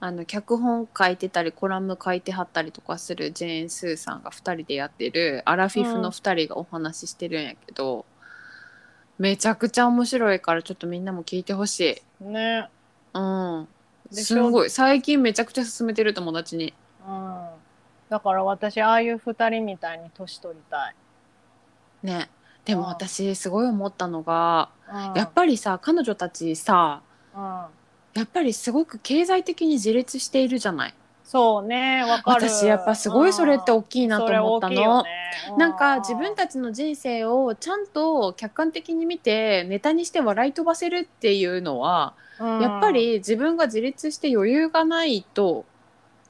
Speaker 1: あの脚本書いてたりコラム書いてはったりとかするジェーン・スーさんが2人でやってるアラフィフの2人がお話ししてるんやけど、めちゃくちゃ面白いからちょっとみんなも聞いてほしい。
Speaker 2: ね。
Speaker 1: うん
Speaker 2: でし
Speaker 1: す
Speaker 2: ょ
Speaker 1: ごい最近めちゃくちゃ勧めてる友達に
Speaker 2: うん。だから私ああいう二人みたいに年取りたい。
Speaker 1: ねで
Speaker 2: う
Speaker 1: も
Speaker 2: ん
Speaker 1: 私すごい思ったのが
Speaker 2: うん
Speaker 1: やっぱりさ彼女たちさ
Speaker 2: うん。
Speaker 1: やっぱりすごく経済的に自立しているじゃない
Speaker 2: そうね。わかる。
Speaker 1: 私やっぱすごいそれって大きい
Speaker 2: き
Speaker 1: なと思ったの、
Speaker 2: よねう
Speaker 1: なんか自分たちの人生をちゃんと客観的に見てネタにして笑い飛ばせるっていうのは、
Speaker 2: うん
Speaker 1: やっぱり自分が自立して余裕がないと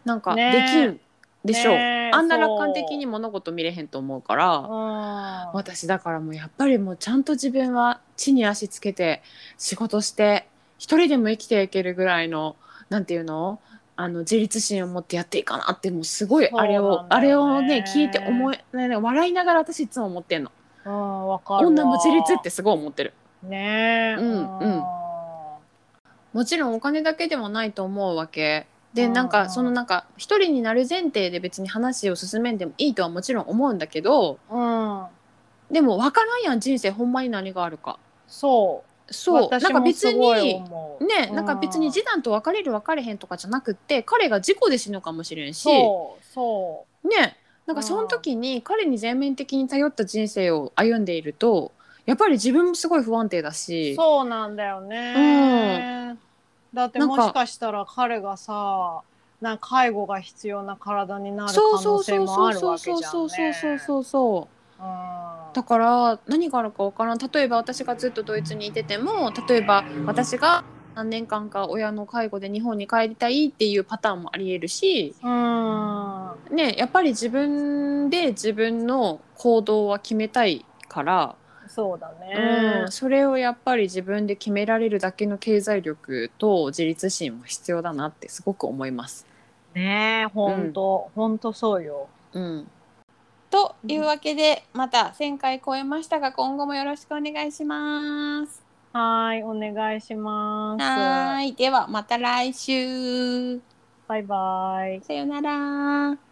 Speaker 1: なんかできんでしょう、
Speaker 2: ね
Speaker 1: あんな楽観的に物事見れへんと思うから。
Speaker 2: そううん。
Speaker 1: 私だからもうやっぱりもうちゃんと自分は地に足つけて仕事して一人でも生きていけるぐらいのなんていうのあの自立心を持ってやっていいかなってもうすごい
Speaker 2: そう
Speaker 1: あ
Speaker 2: なんだ
Speaker 1: れ
Speaker 2: よね
Speaker 1: を、あれをね聞いて思えねね笑いながら私いつも思ってんの
Speaker 2: うんわかるわ。
Speaker 1: 女も自立ってすごい思ってる
Speaker 2: ね。
Speaker 1: うんうんもちろんお金だけではないと思うわけで
Speaker 2: うん
Speaker 1: なんかそのなんか一人になる前提で別に話を進めんでもいいとはもちろん思うんだけど
Speaker 2: うん。うん。
Speaker 1: でも分からんやん人生ほんまに何があるか
Speaker 2: そう。
Speaker 1: そう
Speaker 2: 私
Speaker 1: なんか
Speaker 2: も
Speaker 1: 別
Speaker 2: すごい
Speaker 1: に
Speaker 2: 思う
Speaker 1: ね、
Speaker 2: う
Speaker 1: なんか別に示談と別れる別れへんとかじゃなくって彼が事故で死ぬかもしれんし、ね、
Speaker 2: そうそ
Speaker 1: なんかその時に彼に全面的に頼った人生を歩んでいるとやっぱり自分もすごい不安定だ
Speaker 2: う
Speaker 1: し
Speaker 2: そうなんだよね、だって
Speaker 1: なん
Speaker 2: も
Speaker 1: か
Speaker 2: しかしたら彼がさなんか介護が必要な体になる可
Speaker 1: そうそ
Speaker 2: 能
Speaker 1: う
Speaker 2: 性
Speaker 1: そう
Speaker 2: も
Speaker 1: そ
Speaker 2: あ
Speaker 1: う
Speaker 2: る
Speaker 1: そ
Speaker 2: わ
Speaker 1: う
Speaker 2: けじゃ
Speaker 1: そ
Speaker 2: ん
Speaker 1: う
Speaker 2: ね
Speaker 1: そうそうそう
Speaker 2: う
Speaker 1: そうそう。だから何があるか分からん例えば私がずっとドイツにいてても例えば私が何年間か親の介護で日本に帰りたいっていうパターンもありえるし、
Speaker 2: んうん
Speaker 1: ね、やっぱり自分で自分の行動は決めたいから、
Speaker 2: そうだね
Speaker 1: うん、それをやっぱり自分で決められるだけの経済力と自立心も必要だなってすごく思います。
Speaker 2: ねえほんと、ほんとそうよ
Speaker 1: うん、というわけでまた1,000回超えましたが今後もよろしくお願いします。
Speaker 2: はーいお願いします
Speaker 1: はーいではまた来週
Speaker 2: バイバイ
Speaker 1: さよなら。